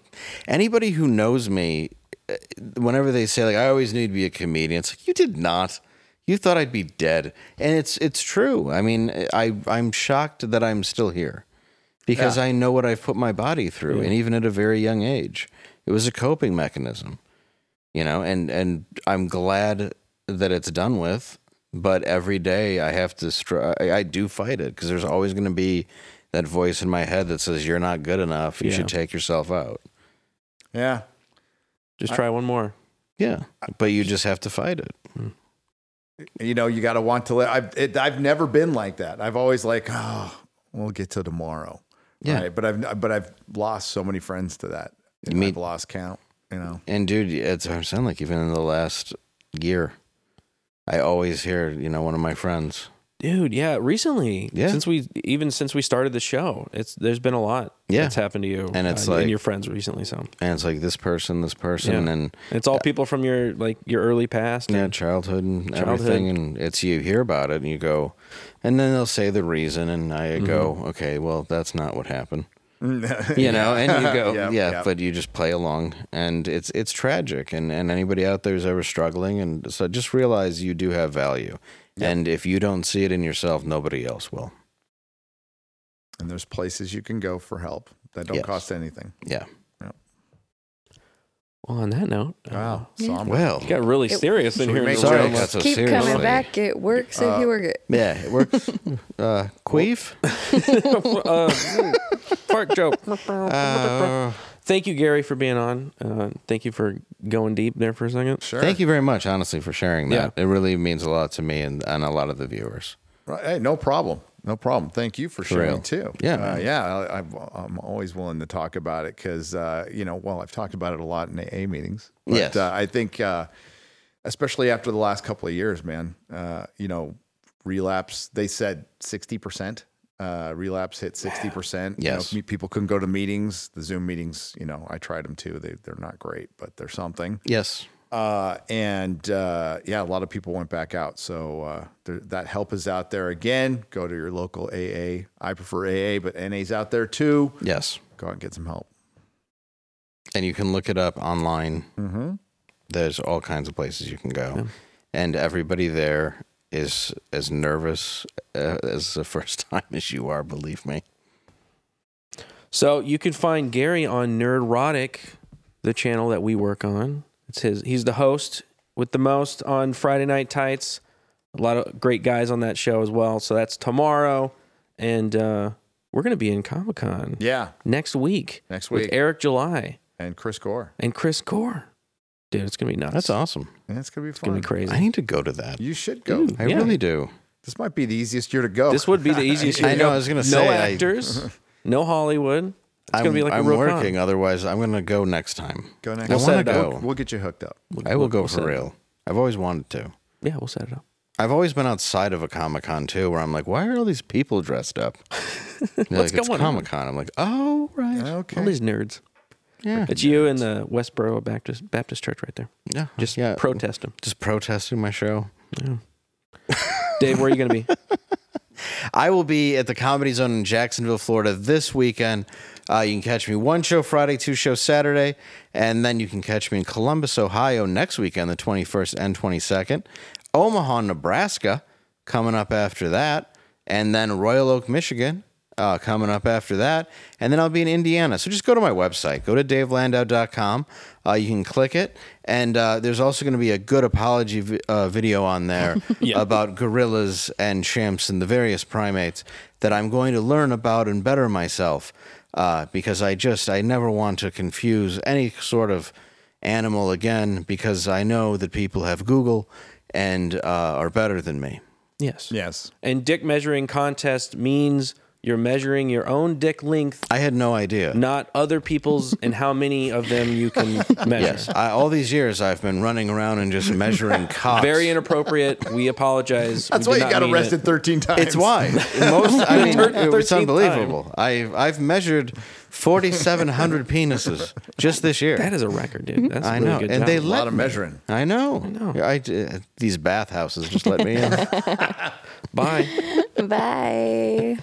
[SPEAKER 2] anybody who knows me, uh, whenever they say like, "I always knew you'd be a comedian," it's like you did not. You thought I'd be dead, and it's it's true. I mean, I I'm shocked that I'm still here because
[SPEAKER 14] Yeah. Mm-hmm.
[SPEAKER 2] I know what I've put my body through,
[SPEAKER 14] Yeah.
[SPEAKER 2] and even at a very young age, it was a coping mechanism, you know. And and I'm glad that it's done with, but every day I have to str- I, I do fight it because there's always going to be that voice in my head that says you're not good enough. You
[SPEAKER 7] Yeah.
[SPEAKER 2] should take yourself out.
[SPEAKER 14] Yeah.
[SPEAKER 7] Just try one more.
[SPEAKER 2] Yeah, but you just have to fight it.
[SPEAKER 14] you know, you got to want to live. I've, it, I've never been like that. I've always like, oh, we'll get to tomorrow.
[SPEAKER 2] Yeah.
[SPEAKER 14] Right? But I've, but I've lost so many friends to that. You I've lost count, you know?
[SPEAKER 2] And dude, it's what I'm saying. Like even in the last year, I always hear you know one of my friends.
[SPEAKER 7] Dude, yeah, recently,
[SPEAKER 2] Yeah.
[SPEAKER 7] since we even since we started the show, it's there's been a lot
[SPEAKER 2] Yeah.
[SPEAKER 7] that's happened to you
[SPEAKER 2] And it's
[SPEAKER 7] uh,
[SPEAKER 2] like-
[SPEAKER 7] and your friends recently. So
[SPEAKER 2] And it's like this person, this person,
[SPEAKER 7] Yeah.
[SPEAKER 2] and
[SPEAKER 7] it's all people from your like your early past.
[SPEAKER 2] yeah, childhood and
[SPEAKER 7] Childhood.
[SPEAKER 2] everything. And it's you hear about it and you go, and then they'll say the reason, and I
[SPEAKER 7] Mm-hmm.
[SPEAKER 2] go, okay, well that's not what
[SPEAKER 14] *laughs*
[SPEAKER 2] happened. you know, and you go,
[SPEAKER 14] Yep,
[SPEAKER 2] yeah,
[SPEAKER 14] yep.
[SPEAKER 2] but you just play along, and it's it's tragic. And and anybody out there who's ever struggling, and so just realize you do have value, and if you don't see it in yourself, nobody else will.
[SPEAKER 14] And there's places you can go for help that don't
[SPEAKER 2] Yes.
[SPEAKER 14] cost anything.
[SPEAKER 2] Yeah.
[SPEAKER 7] Well, on that note, wow,
[SPEAKER 14] somber.
[SPEAKER 2] Well,
[SPEAKER 7] got really
[SPEAKER 13] It-
[SPEAKER 7] serious in
[SPEAKER 2] Should we
[SPEAKER 7] here.
[SPEAKER 2] make
[SPEAKER 7] in the
[SPEAKER 2] Sorry,
[SPEAKER 7] room.
[SPEAKER 2] I got so
[SPEAKER 13] Keep coming
[SPEAKER 2] seriously.
[SPEAKER 13] back. It works if you work it.
[SPEAKER 2] Yeah,
[SPEAKER 13] *laughs*
[SPEAKER 2] it works. uh, queef.
[SPEAKER 7] *laughs* uh, fart joke.
[SPEAKER 2] Uh,
[SPEAKER 7] thank you, Gary, for being on. Uh, thank you for going deep there for a second.
[SPEAKER 14] Sure.
[SPEAKER 2] Thank you very much, honestly, for sharing that. It really means a lot to me and, and a lot of the viewers.
[SPEAKER 14] Right. Hey, no problem. No problem. Thank you for
[SPEAKER 2] For
[SPEAKER 14] sharing
[SPEAKER 2] real.
[SPEAKER 14] too.
[SPEAKER 2] Yeah,
[SPEAKER 14] Uh,
[SPEAKER 2] man.
[SPEAKER 14] yeah. I, I've, I'm always willing to talk about it because uh, you know, well, I've talked about it a lot in AA meetings. But,
[SPEAKER 2] Yes.
[SPEAKER 14] Uh, I think, uh, especially after the last couple of years, man. Uh, you know, relapse. They said sixty percent. Uh, relapse hit sixty percent.
[SPEAKER 2] Yes.
[SPEAKER 14] You know, me- people couldn't go to meetings. The Zoom meetings. You know, I tried them too. They they're not great, but they're something.
[SPEAKER 2] Yes.
[SPEAKER 14] Uh, and uh, yeah, a lot of people went back out. So uh, there, that help is out there again. Go to your local AA. I prefer AA, but NA's out there too.
[SPEAKER 2] Yes.
[SPEAKER 14] Go out and get some help.
[SPEAKER 2] And you can look it up online.
[SPEAKER 14] Mhm.
[SPEAKER 2] There's all kinds of places you can go. And everybody there is as nervous uh, as the *laughs* first time as you are, believe me.
[SPEAKER 7] So you can find Gary on Nerdrotic, the channel that we work on. It's his. He's the host with the most on Friday Night Tights. A lot of great guys on that show as well. So that's tomorrow, and uh, we're going to be in Comic Con.
[SPEAKER 14] Yeah.
[SPEAKER 7] next week.
[SPEAKER 14] Next
[SPEAKER 7] with
[SPEAKER 14] week.
[SPEAKER 7] Eric July
[SPEAKER 14] And Chris Gore.
[SPEAKER 7] and Chris Gore. Dude, it's going to be nuts.
[SPEAKER 2] That's awesome.
[SPEAKER 14] That's gonna be
[SPEAKER 7] It's going
[SPEAKER 14] fun.
[SPEAKER 7] to be crazy.
[SPEAKER 2] I need to go to that.
[SPEAKER 14] You should go.
[SPEAKER 2] I
[SPEAKER 7] Yeah.
[SPEAKER 2] really do.
[SPEAKER 14] This might be the easiest year to go.
[SPEAKER 7] This would be
[SPEAKER 2] *laughs*
[SPEAKER 7] the easiest.
[SPEAKER 2] I
[SPEAKER 7] year to
[SPEAKER 2] know,
[SPEAKER 7] go.
[SPEAKER 2] I was gonna
[SPEAKER 7] no
[SPEAKER 2] say, I- *laughs*
[SPEAKER 7] actors, no Hollywood. It's
[SPEAKER 2] I'm,
[SPEAKER 7] going to be like a
[SPEAKER 2] I'm
[SPEAKER 7] real con.
[SPEAKER 2] working. Otherwise, I'm going to go next time.
[SPEAKER 14] Go next
[SPEAKER 2] I
[SPEAKER 7] We'll set
[SPEAKER 2] want
[SPEAKER 7] it
[SPEAKER 2] to
[SPEAKER 7] up.
[SPEAKER 2] go.
[SPEAKER 14] We'll, we'll get you hooked up.
[SPEAKER 2] I will
[SPEAKER 7] we'll-
[SPEAKER 2] go
[SPEAKER 7] we'll set
[SPEAKER 2] for
[SPEAKER 7] it
[SPEAKER 2] real. I've always wanted to.
[SPEAKER 7] Yeah, we'll set it up.
[SPEAKER 2] I've always been outside of a Comic Con too, where I'm like, why are all these people dressed
[SPEAKER 7] *laughs*
[SPEAKER 2] up? They're
[SPEAKER 7] What's
[SPEAKER 2] like, it's
[SPEAKER 7] going on?"
[SPEAKER 2] Comic Con. I'm like, oh right,
[SPEAKER 14] Okay.
[SPEAKER 7] All these nerds.
[SPEAKER 8] *laughs*
[SPEAKER 2] yeah,
[SPEAKER 7] It's you and the Westboro Baptist Baptist Church right there.
[SPEAKER 2] yeah,
[SPEAKER 7] Just
[SPEAKER 2] yeah.
[SPEAKER 7] protest them.
[SPEAKER 2] just protesting my show.
[SPEAKER 7] Dave, where are you going to be?
[SPEAKER 2] *laughs* I will be at the Comedy Zone in Jacksonville, Florida this weekend. Uh, you can catch me one show Friday, two shows Saturday, and then you can catch me in Columbus, Ohio next weekend, the 21st and 22nd. Omaha, Nebraska, coming up after that, and then Royal Oak, Michigan. Uh, coming up after that, and then I'll be in Indiana. So just go to my website, go to davelandow.com. Uh, you can click it, and uh, there's also going to be a good apology vi- uh, video on there
[SPEAKER 7] Yeah.
[SPEAKER 2] about gorillas and chimps and the various primates that I'm going to learn about and better myself uh, because I just, I never want to confuse any sort of animal again because I know that people have Google and uh, are better than me.
[SPEAKER 7] Yes.
[SPEAKER 14] Yes.
[SPEAKER 7] And dick measuring contest means you're measuring your own dick length,
[SPEAKER 2] I had no idea.
[SPEAKER 7] not other people's, and how many of them
[SPEAKER 2] *laughs*
[SPEAKER 7] you can measure.
[SPEAKER 2] Yes. I, all these years I've been running around and just
[SPEAKER 7] *laughs*
[SPEAKER 2] measuring cocks.
[SPEAKER 7] Very inappropriate. We apologize.
[SPEAKER 14] That's why you got arrested 13 times.
[SPEAKER 2] It's
[SPEAKER 14] *laughs*
[SPEAKER 2] why
[SPEAKER 7] *laughs*
[SPEAKER 2] most. I mean,
[SPEAKER 7] Thir-
[SPEAKER 2] it's
[SPEAKER 7] 13th
[SPEAKER 2] unbelievable. I've I've measured forty seven hundred penises just this year.
[SPEAKER 7] That is a record, dude. That's
[SPEAKER 2] I
[SPEAKER 7] a really
[SPEAKER 2] know,
[SPEAKER 7] good
[SPEAKER 2] and
[SPEAKER 7] job.
[SPEAKER 2] they
[SPEAKER 14] A lot
[SPEAKER 2] let
[SPEAKER 14] of
[SPEAKER 2] me.
[SPEAKER 14] measuring.
[SPEAKER 2] I know. I uh, know.
[SPEAKER 7] *laughs*
[SPEAKER 2] *laughs* these bathhouses just let me in.
[SPEAKER 7] Bye.
[SPEAKER 13] *laughs* Bye.